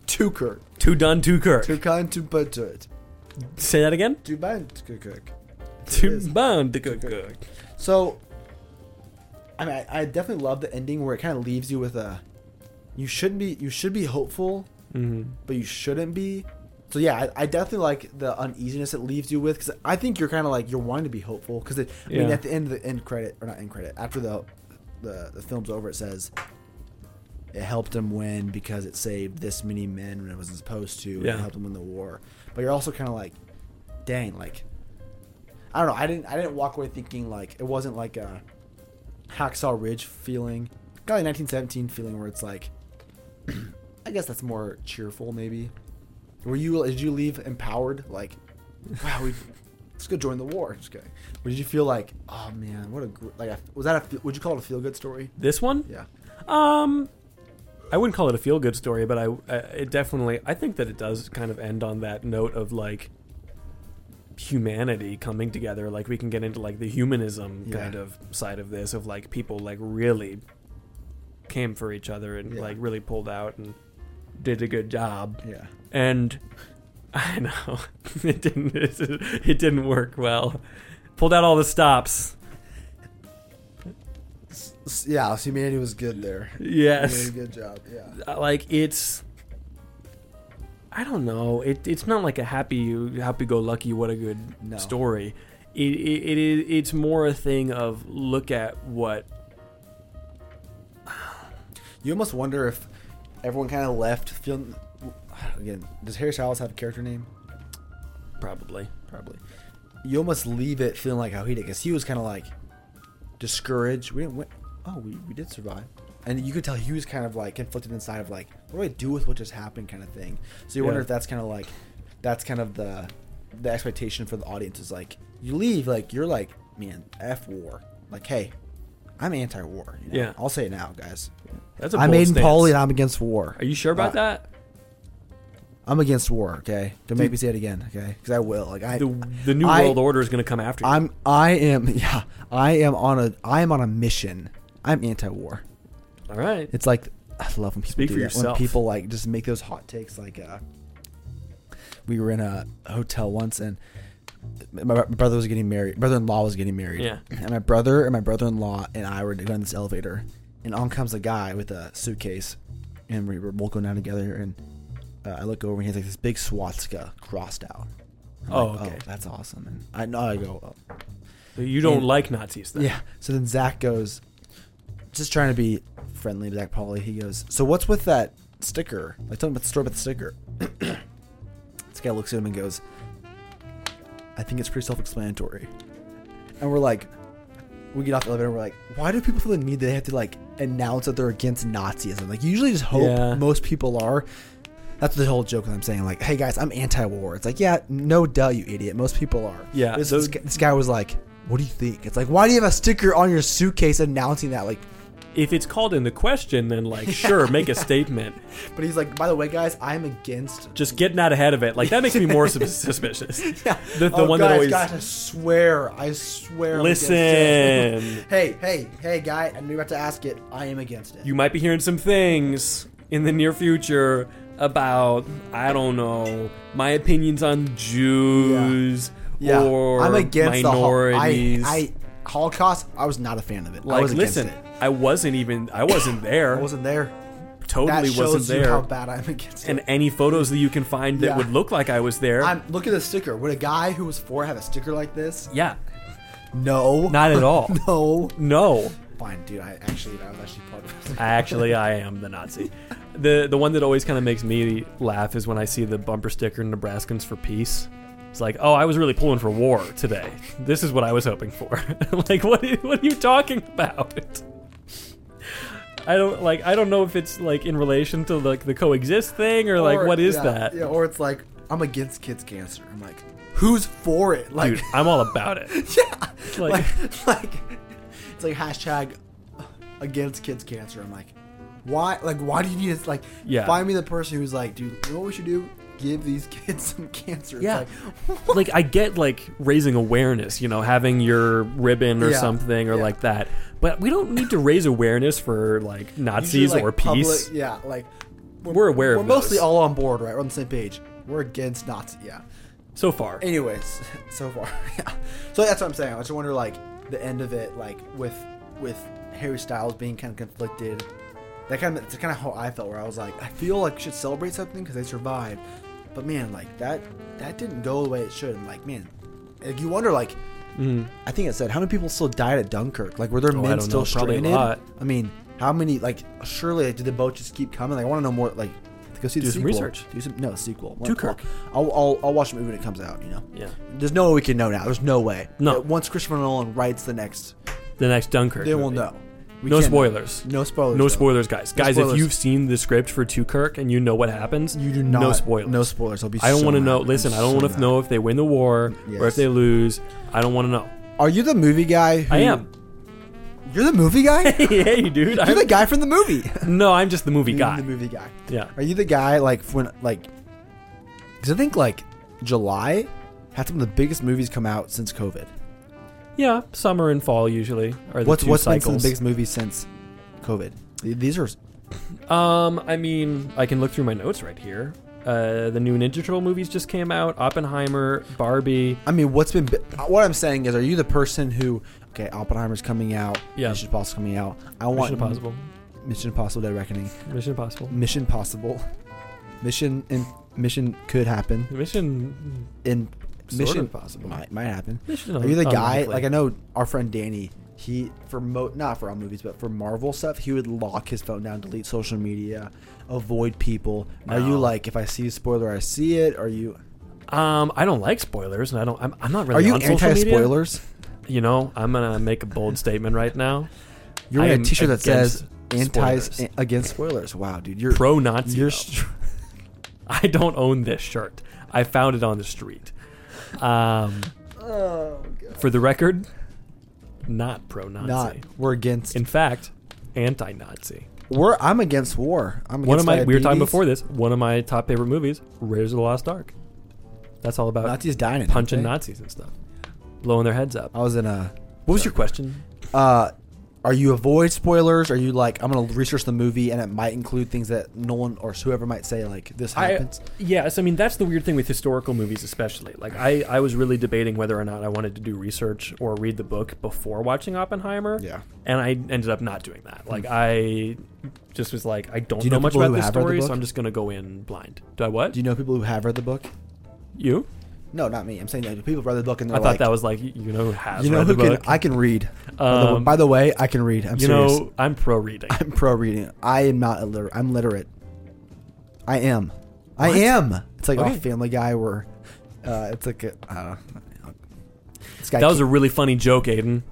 Speaker 3: To Kirk.
Speaker 4: To done. To Kirk.
Speaker 3: Too kind to put it.
Speaker 4: Say that again.
Speaker 3: Too bad to cook.
Speaker 4: To
Speaker 3: is.
Speaker 4: bound. To Kirk.
Speaker 3: So, I mean, I, I definitely love the ending where it kind of leaves you with a, you shouldn't be, you should be hopeful,
Speaker 4: Mm-hmm.
Speaker 3: but you shouldn't be. So yeah, I, I definitely like the uneasiness it leaves you with because I think you're kind of like you're wanting to be hopeful because I mean
Speaker 4: Yeah.
Speaker 3: at the end of the end credit or not end credit after the the, the film's over it says it helped him win because it saved this many men when it wasn't supposed to and it
Speaker 4: Yeah.
Speaker 3: helped him win the war but you're also kind of like dang like I don't know I didn't I didn't walk away thinking like it wasn't like a Hacksaw Ridge feeling kind of like 1917 feeling where it's like I guess that's more cheerful, maybe. Were you? Did you leave empowered? Like, wow, we let's go join the war. Just kidding. Or did you feel like, oh man, what a gr- like? A, was that a? fe- Would you call it a feel good story?
Speaker 4: This one?
Speaker 3: Yeah.
Speaker 4: Um, I wouldn't call it a feel good story, but I, I it definitely I think that it does kind of end on that note of like humanity coming together. Like we can get into like the humanism
Speaker 3: Yeah.
Speaker 4: kind of side of this of like people like really came for each other and
Speaker 3: Yeah.
Speaker 4: like really pulled out and did a good job
Speaker 3: Yeah.
Speaker 4: and I know it didn't it didn't work well. Pulled out all the stops.
Speaker 3: S- Yeah. So humanity was good there.
Speaker 4: Yes.
Speaker 3: You did a good job. Yeah.
Speaker 4: Uh, like it's I don't know. It, it's not like a happy happy go lucky what a good
Speaker 3: No.
Speaker 4: story. It, it, it is it's more a thing of look at what
Speaker 3: You almost wonder if everyone kind of left. Feeling again. Does Harry Styles have a character name?
Speaker 4: probably
Speaker 3: Probably. You almost leave it feeling like how he did because he was kind of like discouraged. We didn't win. Oh, we, we did survive. And you could tell he was kind of like conflicted inside of like, what do I do with what just happened kind of thing. So you wonder
Speaker 4: Yeah.
Speaker 3: if that's kind of like, that's kind of the the expectation for the audience is like, you leave, like, you're like, man, F war. Like, hey, I'm anti war. You know?
Speaker 4: Yeah.
Speaker 3: I'll say it now, guys.
Speaker 4: that's a
Speaker 3: I'm
Speaker 4: bold
Speaker 3: Aiden
Speaker 4: stance.
Speaker 3: Pauley and I'm against war.
Speaker 4: Are you sure about
Speaker 3: Uh,
Speaker 4: that?
Speaker 3: I'm against war, okay? Don't make me say it again, okay? Because I will. Like, I.
Speaker 4: The the new
Speaker 3: I-
Speaker 4: world order is going to come after you.
Speaker 3: I'm I am yeah I am on a I am on a mission. I'm anti-war.
Speaker 4: all right.
Speaker 3: It's like I love when people
Speaker 4: Speak
Speaker 3: do
Speaker 4: for
Speaker 3: that,
Speaker 4: yourself.
Speaker 3: When people like just make those hot takes. Like uh, we were in a hotel once and my my brother was getting married. Brother-in-law was getting married.
Speaker 4: Yeah.
Speaker 3: And my brother and my brother-in-law and I were going in this elevator, and on comes a guy with a suitcase, and we were both going down together. And uh, I look over and he has like this big swastika crossed out. I'm
Speaker 4: Oh,
Speaker 3: like,
Speaker 4: okay.
Speaker 3: that's awesome. And I know I go. Oh.
Speaker 4: you don't
Speaker 3: and-
Speaker 4: like Nazis then.
Speaker 3: Yeah. So then Zach goes, just trying to be friendly to Zach Polly. He goes, so what's with that sticker? Like, tell me about the story about the sticker. this guy looks at him and goes, I think it's pretty self-explanatory. And we're like, we get off the elevator. and We're like, why do people feel the need that they have to like announce that they're against Nazism? Like, you usually just hope
Speaker 4: Yeah.
Speaker 3: most people are. That's the whole joke that I'm saying. Like, hey guys, I'm anti-war. It's like, yeah, no duh, you idiot. Most people are.
Speaker 4: Yeah,
Speaker 3: This,
Speaker 4: those-
Speaker 3: this, guy, this guy was like, what do you think? It's like, why do you have a sticker on your suitcase announcing that? Like,
Speaker 4: If it's called in the question, then like sure, make a statement.
Speaker 3: but he's like, by the way, guys, I'm against.
Speaker 4: Just getting out ahead of it. Like that makes me more sus- suspicious.
Speaker 3: Yeah.
Speaker 4: The, the
Speaker 3: one
Speaker 4: one
Speaker 3: Oh, guys,
Speaker 4: that always
Speaker 3: guys, I swear, I swear. I'm against it.
Speaker 4: listen.
Speaker 3: hey, hey, hey, guy! I knew you were about to ask it. I am against it.
Speaker 4: you might be hearing some things in the near future about I don't know my opinions on Jews
Speaker 3: Yeah,
Speaker 4: or
Speaker 3: I'm against
Speaker 4: minorities.
Speaker 3: the Hol- I, I Holocaust. I was not a fan of it. I
Speaker 4: like,
Speaker 3: was against
Speaker 4: listen,
Speaker 3: it.
Speaker 4: I wasn't even I wasn't there.
Speaker 3: I wasn't there.
Speaker 4: totally
Speaker 3: that shows
Speaker 4: wasn't
Speaker 3: you how
Speaker 4: there.
Speaker 3: bad I'm against
Speaker 4: And
Speaker 3: it.
Speaker 4: any photos that you can find that
Speaker 3: Yeah.
Speaker 4: would look like I was there.
Speaker 3: I'm look at the sticker. Would a guy who was four have a sticker like this?
Speaker 4: yeah,
Speaker 3: No,
Speaker 4: not at all.
Speaker 3: no.
Speaker 4: no.
Speaker 3: Fine, dude. I actually, I was actually part of it.
Speaker 4: Actually, I am the Nazi. The the one that always kind of makes me laugh is when I see the bumper sticker Nebraskans for peace. It's like, oh, I was really pulling for war today. This is what I was hoping for. like, what are- what are you talking about? I don't like. I don't know if it's like in relation to like the coexist thing or like
Speaker 3: Or-
Speaker 4: what is
Speaker 3: yeah,
Speaker 4: that,
Speaker 3: Yeah, or it's like I'm against kids' cancer. I'm like, who's for it? Like,
Speaker 4: dude. I'm all about it.
Speaker 3: yeah,
Speaker 4: like-
Speaker 3: like, like, it's like hashtag against kids' cancer. I'm like, why? Like, why do you need it? Like,
Speaker 4: Yeah.
Speaker 3: find me the person who's like, dude, you know what we should do? Give these kids some cancer. It's
Speaker 4: Yeah.
Speaker 3: like,
Speaker 4: like I get like raising awareness, you know, having your ribbon or
Speaker 3: Yeah.
Speaker 4: something or
Speaker 3: Yeah.
Speaker 4: like that. But we don't need to raise awareness for like
Speaker 3: usually,
Speaker 4: Nazis
Speaker 3: like,
Speaker 4: or
Speaker 3: public-
Speaker 4: peace.
Speaker 3: yeah, like
Speaker 4: We're aware
Speaker 3: we're
Speaker 4: of
Speaker 3: mostly
Speaker 4: those.
Speaker 3: all on board, right? We're on the same page. We're against Nazi. Yeah.
Speaker 4: so far.
Speaker 3: anyways so far yeah so that's what i'm saying i just wonder like the end of it like with with Harry Styles being kind of conflicted. That kind of that's kind of how I felt. Where I was like, I feel like I should celebrate something because they survived, but man, like that that didn't go the way it should. And like man, like you wonder like. I think it said how many people still died at Dunkirk. Like, were there
Speaker 4: Mm-hmm. Oh, I
Speaker 3: men
Speaker 4: don't
Speaker 3: still
Speaker 4: know. Probably a
Speaker 3: stranded?
Speaker 4: lot.
Speaker 3: I mean, how many? Like, surely like, did the boat just keep coming? Like, I want to know more. Like, go see the
Speaker 4: Do some
Speaker 3: sequel.
Speaker 4: research.
Speaker 3: Do some no sequel.
Speaker 4: Do Kirk.
Speaker 3: I'll, I'll I'll watch the movie when it comes out. You know.
Speaker 4: Yeah.
Speaker 3: There's no way we can know now. There's no way.
Speaker 4: No.
Speaker 3: Uh, Once Christopher Nolan writes the next,
Speaker 4: The next Dunkirk.
Speaker 3: they will
Speaker 4: movie.
Speaker 3: know. We
Speaker 4: No
Speaker 3: can't know.
Speaker 4: spoilers.
Speaker 3: No spoilers.
Speaker 4: No
Speaker 3: though.
Speaker 4: spoilers, guys.
Speaker 3: No
Speaker 4: guys,
Speaker 3: spoilers.
Speaker 4: if you've seen the script for Two Kirk and you know what happens,
Speaker 3: You do not.
Speaker 4: No spoilers.
Speaker 3: No spoilers. I'll be.
Speaker 4: I don't
Speaker 3: so
Speaker 4: want to
Speaker 3: mad.
Speaker 4: know.
Speaker 3: I'm
Speaker 4: Listen, I don't
Speaker 3: so
Speaker 4: want
Speaker 3: mad.
Speaker 4: to know if they win the war or
Speaker 3: Yes.
Speaker 4: if they lose. I don't want to know.
Speaker 3: Are you the movie guy? Who,
Speaker 4: I am.
Speaker 3: You're the movie guy.
Speaker 4: hey, dude.
Speaker 3: You're
Speaker 4: I'm,
Speaker 3: the guy from the movie.
Speaker 4: no, I'm just the movie
Speaker 3: You're
Speaker 4: guy.
Speaker 3: The movie guy.
Speaker 4: Yeah.
Speaker 3: Are you the guy like when like? Because I think like July had some of the biggest movies come out since COVID.
Speaker 4: Yeah. Summer and fall usually are the
Speaker 3: What's
Speaker 4: two
Speaker 3: what's been some of
Speaker 4: cycles.
Speaker 3: the biggest movies since COVID? Th- These are
Speaker 4: Um, I mean, I can look through my notes right here. Uh, the new Ninja Turtle movies just came out. Oppenheimer, Barbie.
Speaker 3: I mean, what's been bi- what I'm saying is, are you the person who? Okay, Oppenheimer's coming out.
Speaker 4: Yeah.
Speaker 3: Mission Impossible coming out. I want
Speaker 4: Mission Impossible.
Speaker 3: Mission Impossible: Dead Reckoning.
Speaker 4: Mission Impossible.
Speaker 3: Mission Possible. Mission and Mission could happen.
Speaker 4: Mission.
Speaker 3: In
Speaker 4: Sort
Speaker 3: Mission
Speaker 4: of possible.
Speaker 3: might might happen.
Speaker 4: Mission.
Speaker 3: Are you the guy?
Speaker 4: unlikely.
Speaker 3: Like I know our friend Danny. He for mo not for all movies, but for Marvel stuff, he would lock his phone down, delete social media, avoid people. Are you
Speaker 4: No.
Speaker 3: like if I see a spoiler, I see it? Are you
Speaker 4: Um, I don't like spoilers, and I don't. I'm, I'm not
Speaker 3: are
Speaker 4: really.
Speaker 3: you
Speaker 4: on social
Speaker 3: anti
Speaker 4: media.
Speaker 3: spoilers?
Speaker 4: You know, I'm gonna make a bold statement right now.
Speaker 3: You're
Speaker 4: I
Speaker 3: wearing a
Speaker 4: am
Speaker 3: T-shirt that says
Speaker 4: against
Speaker 3: anti
Speaker 4: spoilers.
Speaker 3: an- against spoilers. Wow, dude, you're
Speaker 4: Pro Nazi.
Speaker 3: You're str-
Speaker 4: I don't own this shirt. I found it on the street. Um,
Speaker 3: Oh,
Speaker 4: for the record, not pro Nazi.
Speaker 3: not. We're against.
Speaker 4: In fact, anti Nazi.
Speaker 3: we're I'm against war. I'm against
Speaker 4: One of my we were
Speaker 3: diabetes.
Speaker 4: talking before this. One of my top favorite movies, Raiders of the Lost Ark. That's all about
Speaker 3: Nazis dying. in it,
Speaker 4: punching
Speaker 3: okay?
Speaker 4: Nazis and stuff, blowing their heads up.
Speaker 3: I was in a.
Speaker 4: What was your question?
Speaker 3: Uh, are you avoid spoilers? Are you like I'm gonna research the movie and it might include things that Nolan or whoever might say like this
Speaker 4: I, uh,
Speaker 3: happens?
Speaker 4: yes, I mean that's the weird thing with historical movies, especially. Like I, I was really debating whether or not I wanted to do research or read the book before watching Oppenheimer.
Speaker 3: Yeah.
Speaker 4: and I ended up not doing that. Like I just was like, I don't
Speaker 3: Do you
Speaker 4: Hmm. know,
Speaker 3: know
Speaker 4: much
Speaker 3: people
Speaker 4: about
Speaker 3: who
Speaker 4: this
Speaker 3: have read the
Speaker 4: story, so
Speaker 3: book?
Speaker 4: I'm just gonna go in blind. Do I what?
Speaker 3: Do you know people who have read the book?
Speaker 4: you?
Speaker 3: No, not me. I'm saying that people have read the book and
Speaker 4: I
Speaker 3: they're
Speaker 4: thought
Speaker 3: like,
Speaker 4: that was like you know who has
Speaker 3: you know
Speaker 4: read
Speaker 3: who
Speaker 4: the
Speaker 3: can
Speaker 4: book.
Speaker 3: I can read. By the-
Speaker 4: Um,
Speaker 3: by the way, I can read. I'm
Speaker 4: you
Speaker 3: serious.
Speaker 4: know, I'm pro reading.
Speaker 3: I'm pro reading. I am not illiterate. I'm literate. I am. I
Speaker 4: What?
Speaker 3: am. It's like
Speaker 4: Okay.
Speaker 3: off Family Guy where uh, it's like a, I don't know. This guy
Speaker 4: That was a really funny joke, Aiden.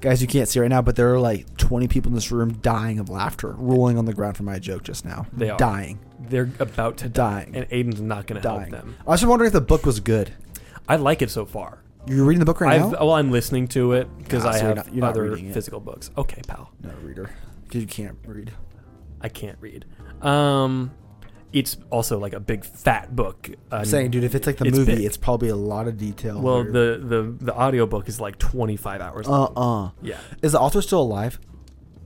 Speaker 3: Guys, you can't see right now, but there are like 20 people in this room dying of laughter, rolling on the ground from my joke just now.
Speaker 4: They are.
Speaker 3: dying,
Speaker 4: They're about to die,
Speaker 3: dying,
Speaker 4: and Aiden's not gonna help
Speaker 3: dying.
Speaker 4: them.
Speaker 3: I was just wondering if the book was good.
Speaker 4: I like it so far.
Speaker 3: You're reading the book right
Speaker 4: I've,
Speaker 3: now.
Speaker 4: well, I'm listening to it because
Speaker 3: Ah,
Speaker 4: I
Speaker 3: so you're
Speaker 4: have
Speaker 3: not- you're not
Speaker 4: other
Speaker 3: reading it.
Speaker 4: physical books. Okay, pal.
Speaker 3: No reader, because you can't read.
Speaker 4: I can't read. Um, it's also like a big fat book. Uh,
Speaker 3: I'm saying, dude, if it's like the
Speaker 4: It's
Speaker 3: movie,
Speaker 4: big.
Speaker 3: it's probably a lot of detail.
Speaker 4: well, the the the audiobook is like 25 hours.
Speaker 3: uh
Speaker 4: long.
Speaker 3: uh
Speaker 4: Yeah,
Speaker 3: Is the author still alive?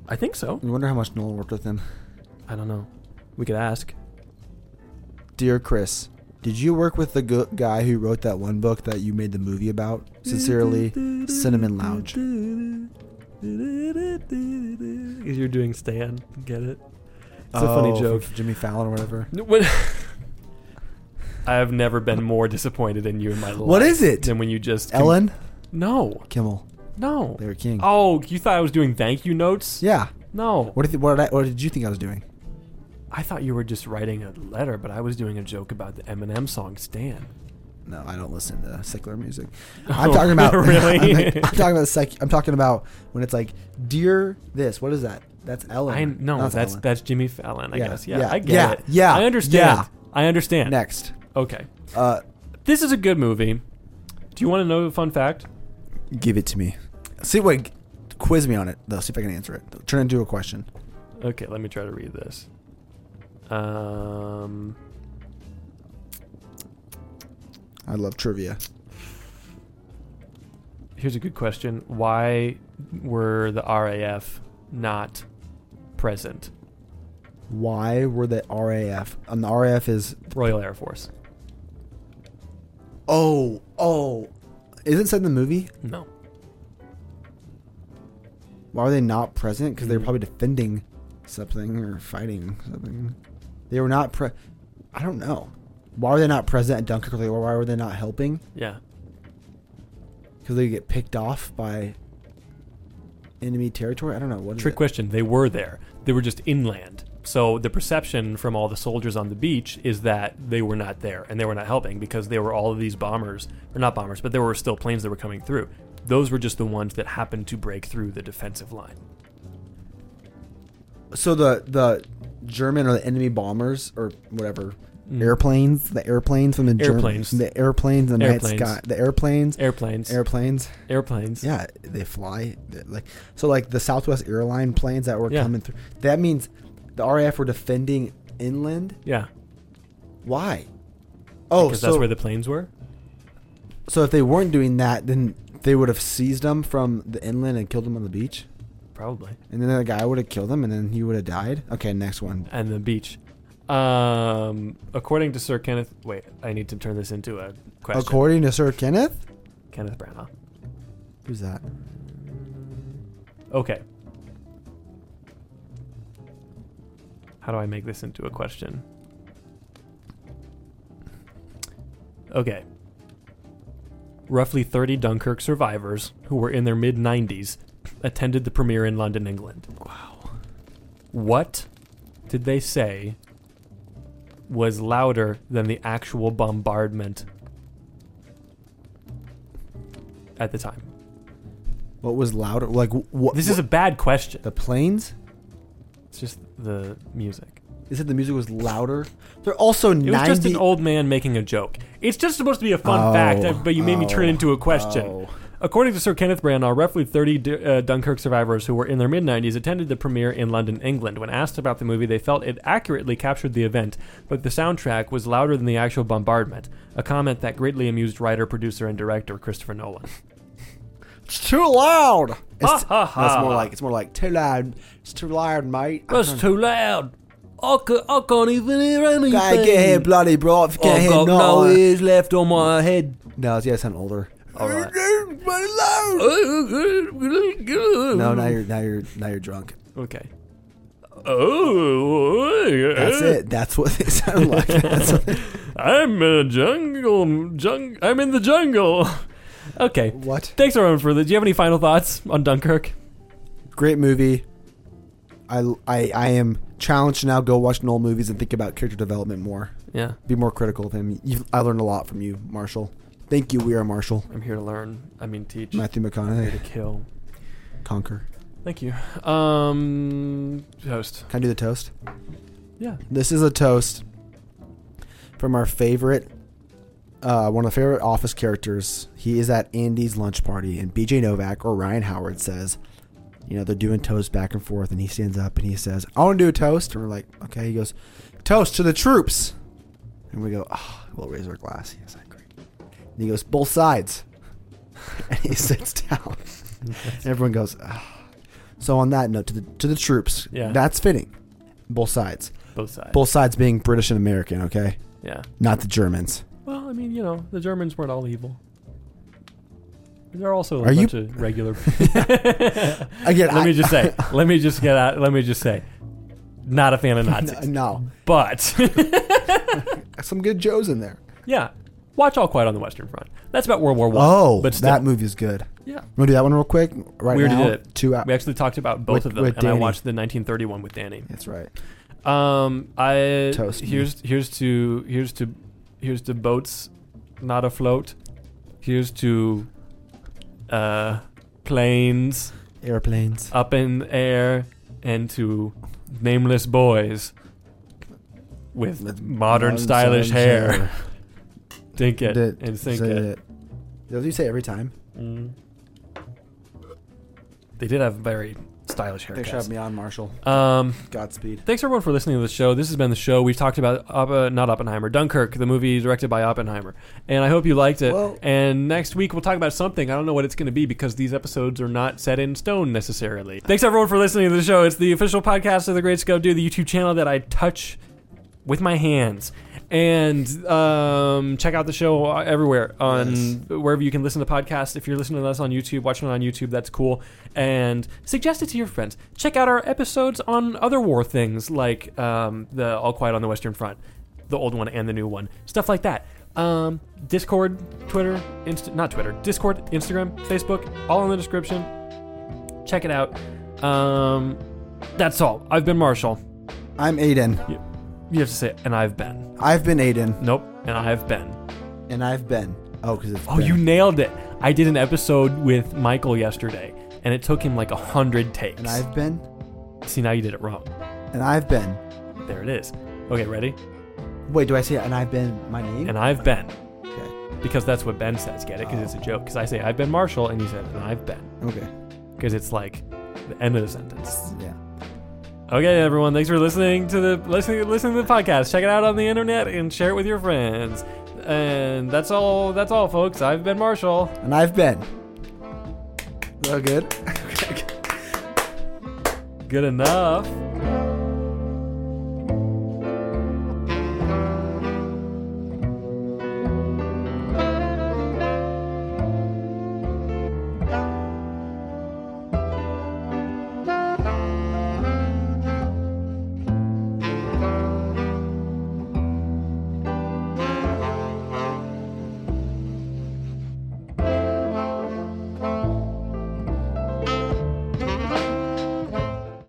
Speaker 4: I think so.
Speaker 3: You wonder how much Nolan worked with him.
Speaker 4: I don't know. We could ask.
Speaker 3: Dear Chris, did you work with the gu- guy who wrote that one book that you made the movie about? Sincerely, Cinnamon Lounge.
Speaker 4: You're doing Stan. Get it? It's a funny
Speaker 3: Oh,
Speaker 4: joke.
Speaker 3: from Jimmy Fallon or whatever.
Speaker 4: No, What? I have never been more disappointed in you in my life.
Speaker 3: What is it?
Speaker 4: Than when you just com-
Speaker 3: Ellen
Speaker 4: no,
Speaker 3: Kimmel,
Speaker 4: no.
Speaker 3: Larry King.
Speaker 4: Oh, you thought I was doing thank you notes?
Speaker 3: Yeah.
Speaker 4: No,
Speaker 3: What did, what, did I, what did you think I was doing?
Speaker 4: I thought you were just writing a letter, but I was doing a joke about the Eminem song "Stan."
Speaker 3: No, I don't listen to secular music.
Speaker 4: Oh,
Speaker 3: I'm talking about
Speaker 4: really?
Speaker 3: I'm, like- I'm talking about sec, I'm talking about when it's like, dear this. What is that? That's Ellen.
Speaker 4: I no,
Speaker 3: That's
Speaker 4: that's
Speaker 3: Ellen.
Speaker 4: that's Jimmy Fallon. I
Speaker 3: Yeah,
Speaker 4: guess. Yeah,
Speaker 3: yeah,
Speaker 4: I get
Speaker 3: yeah,
Speaker 4: it.
Speaker 3: yeah,
Speaker 4: I understand.
Speaker 3: yeah.
Speaker 4: I understand.
Speaker 3: next.
Speaker 4: Okay,
Speaker 3: Uh,
Speaker 4: this is a good movie. Do you want to know a fun fact?
Speaker 3: give it to me. See, wait, quiz me on it though. See if I can answer it. Turn it into a question.
Speaker 4: Okay, let me try to read this. Um,
Speaker 3: I love trivia.
Speaker 4: here's a good question: Why were the RAF not present?
Speaker 3: Why were the RAF? And the RAF is
Speaker 4: Royal Air Force.
Speaker 3: oh oh. Isn't said in the movie?
Speaker 4: No.
Speaker 3: why were they not present? Because they were probably defending something or fighting something. They were not pre. I don't know. Why were they not present at Dunkirk? Like, why were they not helping?
Speaker 4: Yeah.
Speaker 3: Because they get picked off by enemy territory. I don't know what is
Speaker 4: Trick
Speaker 3: it?
Speaker 4: question. They were there. They were just inland. So the perception from all the soldiers on the beach is that they were not there and they were not helping because there were all of these bombers, or not bombers, but there were still planes that were coming through. Those were just the ones that happened to break through the defensive line.
Speaker 3: so the the German or the enemy bombers or whatever airplanes, the airplanes from the Germ-
Speaker 4: Mm. Airplanes.
Speaker 3: the airplanes, in the
Speaker 4: Airplanes.
Speaker 3: night sky, the airplanes,
Speaker 4: Airplanes.
Speaker 3: airplanes.
Speaker 4: airplanes.
Speaker 3: Yeah, they fly They're like so. Like the Southwest airline planes that were
Speaker 4: Yeah.
Speaker 3: coming through. That means the RAF were defending inland.
Speaker 4: Yeah.
Speaker 3: Why? Oh,
Speaker 4: Because
Speaker 3: so
Speaker 4: that's where the planes were?
Speaker 3: so if they weren't doing that, then they would have seized them from the inland and killed them on the beach,
Speaker 4: Probably.
Speaker 3: and then the guy would have killed them, and then he would have died. Okay, next one.
Speaker 4: and the beach. Um, according to Sir Kenneth, wait, I need to turn this into a question.
Speaker 3: According to Sir Kenneth,
Speaker 4: Kenneth Branagh.
Speaker 3: who's that?
Speaker 4: Okay. How do I make this into a question? Okay. Roughly 30 Dunkirk survivors who were in their mid 90s attended the premiere in London, England. Wow. What did they say was louder than the actual bombardment at the time?
Speaker 3: What was louder? Like wh- what?
Speaker 4: This is a bad question.
Speaker 3: the planes.
Speaker 4: It's just the music.
Speaker 3: They said the music was louder. They're also
Speaker 4: It was
Speaker 3: ninety.
Speaker 4: just an old man making a joke. It's just supposed to be a fun
Speaker 3: Oh,
Speaker 4: fact, uh, but you made me turn
Speaker 3: oh,
Speaker 4: it into a question.
Speaker 3: oh.
Speaker 4: According to Sir Kenneth Branagh, roughly 30 D- uh, Dunkirk survivors who were in their mid 90s attended the premiere in London, England. When asked about the movie, they felt it accurately captured the event, but the soundtrack was louder than the actual bombardment, a comment that greatly amused writer, producer, and director Christopher Nolan.
Speaker 3: It's too loud. It's,
Speaker 4: ha, ha.
Speaker 3: That's more like it's more like too loud. It's too loud, mate. I
Speaker 4: That's too loud. I, ca- I can't even hear anything.
Speaker 3: can't get here bloody bro. If you can't
Speaker 4: I've
Speaker 3: hear
Speaker 4: got no
Speaker 3: nothing-
Speaker 4: ears left on my head.
Speaker 3: No, it's yeah, sound older.
Speaker 4: All right.
Speaker 3: Bloody loud. No,
Speaker 4: no,
Speaker 3: now you're now you're now you're drunk.
Speaker 4: Okay. Oh,
Speaker 3: That's it. That's what they sound like. That's what they-
Speaker 4: I'm in a jungle. Jung, I'm in the jungle. Okay.
Speaker 3: what?
Speaker 4: Thanks, everyone, for this. Do you have any final thoughts on Dunkirk?
Speaker 3: Great movie. I, I I am challenged to now go watch old movies and think about character development more.
Speaker 4: Yeah,
Speaker 3: Be more critical of him. you I learned a lot from you, Marshall. Thank you. We are Marshall.
Speaker 4: I'm here to learn. I mean, teach.
Speaker 3: Matthew
Speaker 4: To
Speaker 3: McConaughey.
Speaker 4: kill.
Speaker 3: Conquer.
Speaker 4: Thank you. Um, host.
Speaker 3: Can I do the toast?
Speaker 4: Yeah.
Speaker 3: This is a toast from our favorite, uh, one of the favorite office characters. He is at Andy's lunch party, and BJ Novak or Ryan Howard says, you know, they're doing toast back and forth, and he stands up and he says, I want to do a toast. And we're like, okay. He goes, toast to the troops. And we go, oh, we'll raise our glass. Yes, I agree. And he goes, both sides. and he sits down. and everyone goes, ah. So on that note, to the, to the troops,
Speaker 4: Yeah.
Speaker 3: that's fitting. Both sides
Speaker 4: Both sides.
Speaker 3: both sides being British and American, okay?
Speaker 4: Yeah.
Speaker 3: Not the Germans.
Speaker 4: Well, I mean, you know, the Germans weren't all evil. They're also a
Speaker 3: Are you-
Speaker 4: bunch of regular.
Speaker 3: Again,
Speaker 4: let
Speaker 3: I,
Speaker 4: me just say. Let me just get out. Let me just say. Not a fan of
Speaker 3: no,
Speaker 4: Nazis,
Speaker 3: no.
Speaker 4: but
Speaker 3: some good Joes in there.
Speaker 4: yeah, watch All Quiet on the Western Front. That's about World War One.
Speaker 3: Oh,
Speaker 4: but
Speaker 3: but
Speaker 4: still,
Speaker 3: that movie's good.
Speaker 4: yeah,
Speaker 3: You want to do that one real quick? Right
Speaker 4: we already
Speaker 3: now,
Speaker 4: did it.
Speaker 3: two out.
Speaker 4: we actually talked about both
Speaker 3: With-
Speaker 4: of them,
Speaker 3: with
Speaker 4: and I
Speaker 3: Danny.
Speaker 4: watched the 1931 with Danny.
Speaker 3: That's right.
Speaker 4: Um, I
Speaker 3: Toast me.
Speaker 4: here's here's to here's to here's to boats not afloat. Here's to uh, planes
Speaker 3: Airplanes.
Speaker 4: up in air and to nameless boys with, modern, stylish hair. Dink it
Speaker 3: Did-
Speaker 4: and sink
Speaker 3: said
Speaker 4: it.
Speaker 3: That's what you say every time.
Speaker 4: Mm. They did have very stylish
Speaker 3: Thanks for having
Speaker 4: haircuts.
Speaker 3: me on, Marshall.
Speaker 4: Um,
Speaker 3: Godspeed.
Speaker 4: Thanks everyone for listening to the show. This has been the show. We've talked about Oppen- not Oppenheimer, Dunkirk, the movie directed by Oppenheimer, and I hope you liked it.
Speaker 3: Well-
Speaker 4: and next week we'll talk about something. I don't know what it's going to be because these episodes are not set in stone necessarily. Thanks everyone for listening to the show. It's the official podcast of the Great Scope Do, the YouTube channel that I touch with my hands. and um, check out the show uh, everywhere on
Speaker 3: Yes.
Speaker 4: wherever you can listen to podcasts. If you're listening to us on YouTube, watching it on YouTube, that's cool. And suggest it to your friends. Check out our episodes on other war things like um, the All Quiet on the Western Front, the old one and the new one, stuff like that. Um, Discord, Twitter, Inst- not Twitter, Discord, Instagram, Facebook, all in the description. Check it out. Um, that's all. I've been Marshall.
Speaker 3: I'm Aiden.
Speaker 4: You, you have to say, it. and I've been.
Speaker 3: I've been Aiden,
Speaker 4: Nope, and I've been.
Speaker 3: and I've been. Oh, because it's.
Speaker 4: Oh,
Speaker 3: been.
Speaker 4: you nailed it. I did an episode with Michael yesterday, and it took him like a hundred takes.
Speaker 3: And I've been.
Speaker 4: See, now you did it wrong.
Speaker 3: And I've been.
Speaker 4: There it is. Okay, ready?
Speaker 3: Wait, do I say and I've been my name?
Speaker 4: And I've been,
Speaker 3: okay.
Speaker 4: because that's what Ben says. Get it? Because it's a joke. Because I say I've been Marshall, and he said and I've been,
Speaker 3: Okay.
Speaker 4: because it's like the end of the sentence.
Speaker 3: Yeah.
Speaker 4: Okay, everyone, thanks for listening to the listening listening to the podcast. Check it out on the internet and share it with your friends. And that's all. That's all, folks. I've been Marshall.
Speaker 3: And I've been. Is that good?
Speaker 4: Good enough.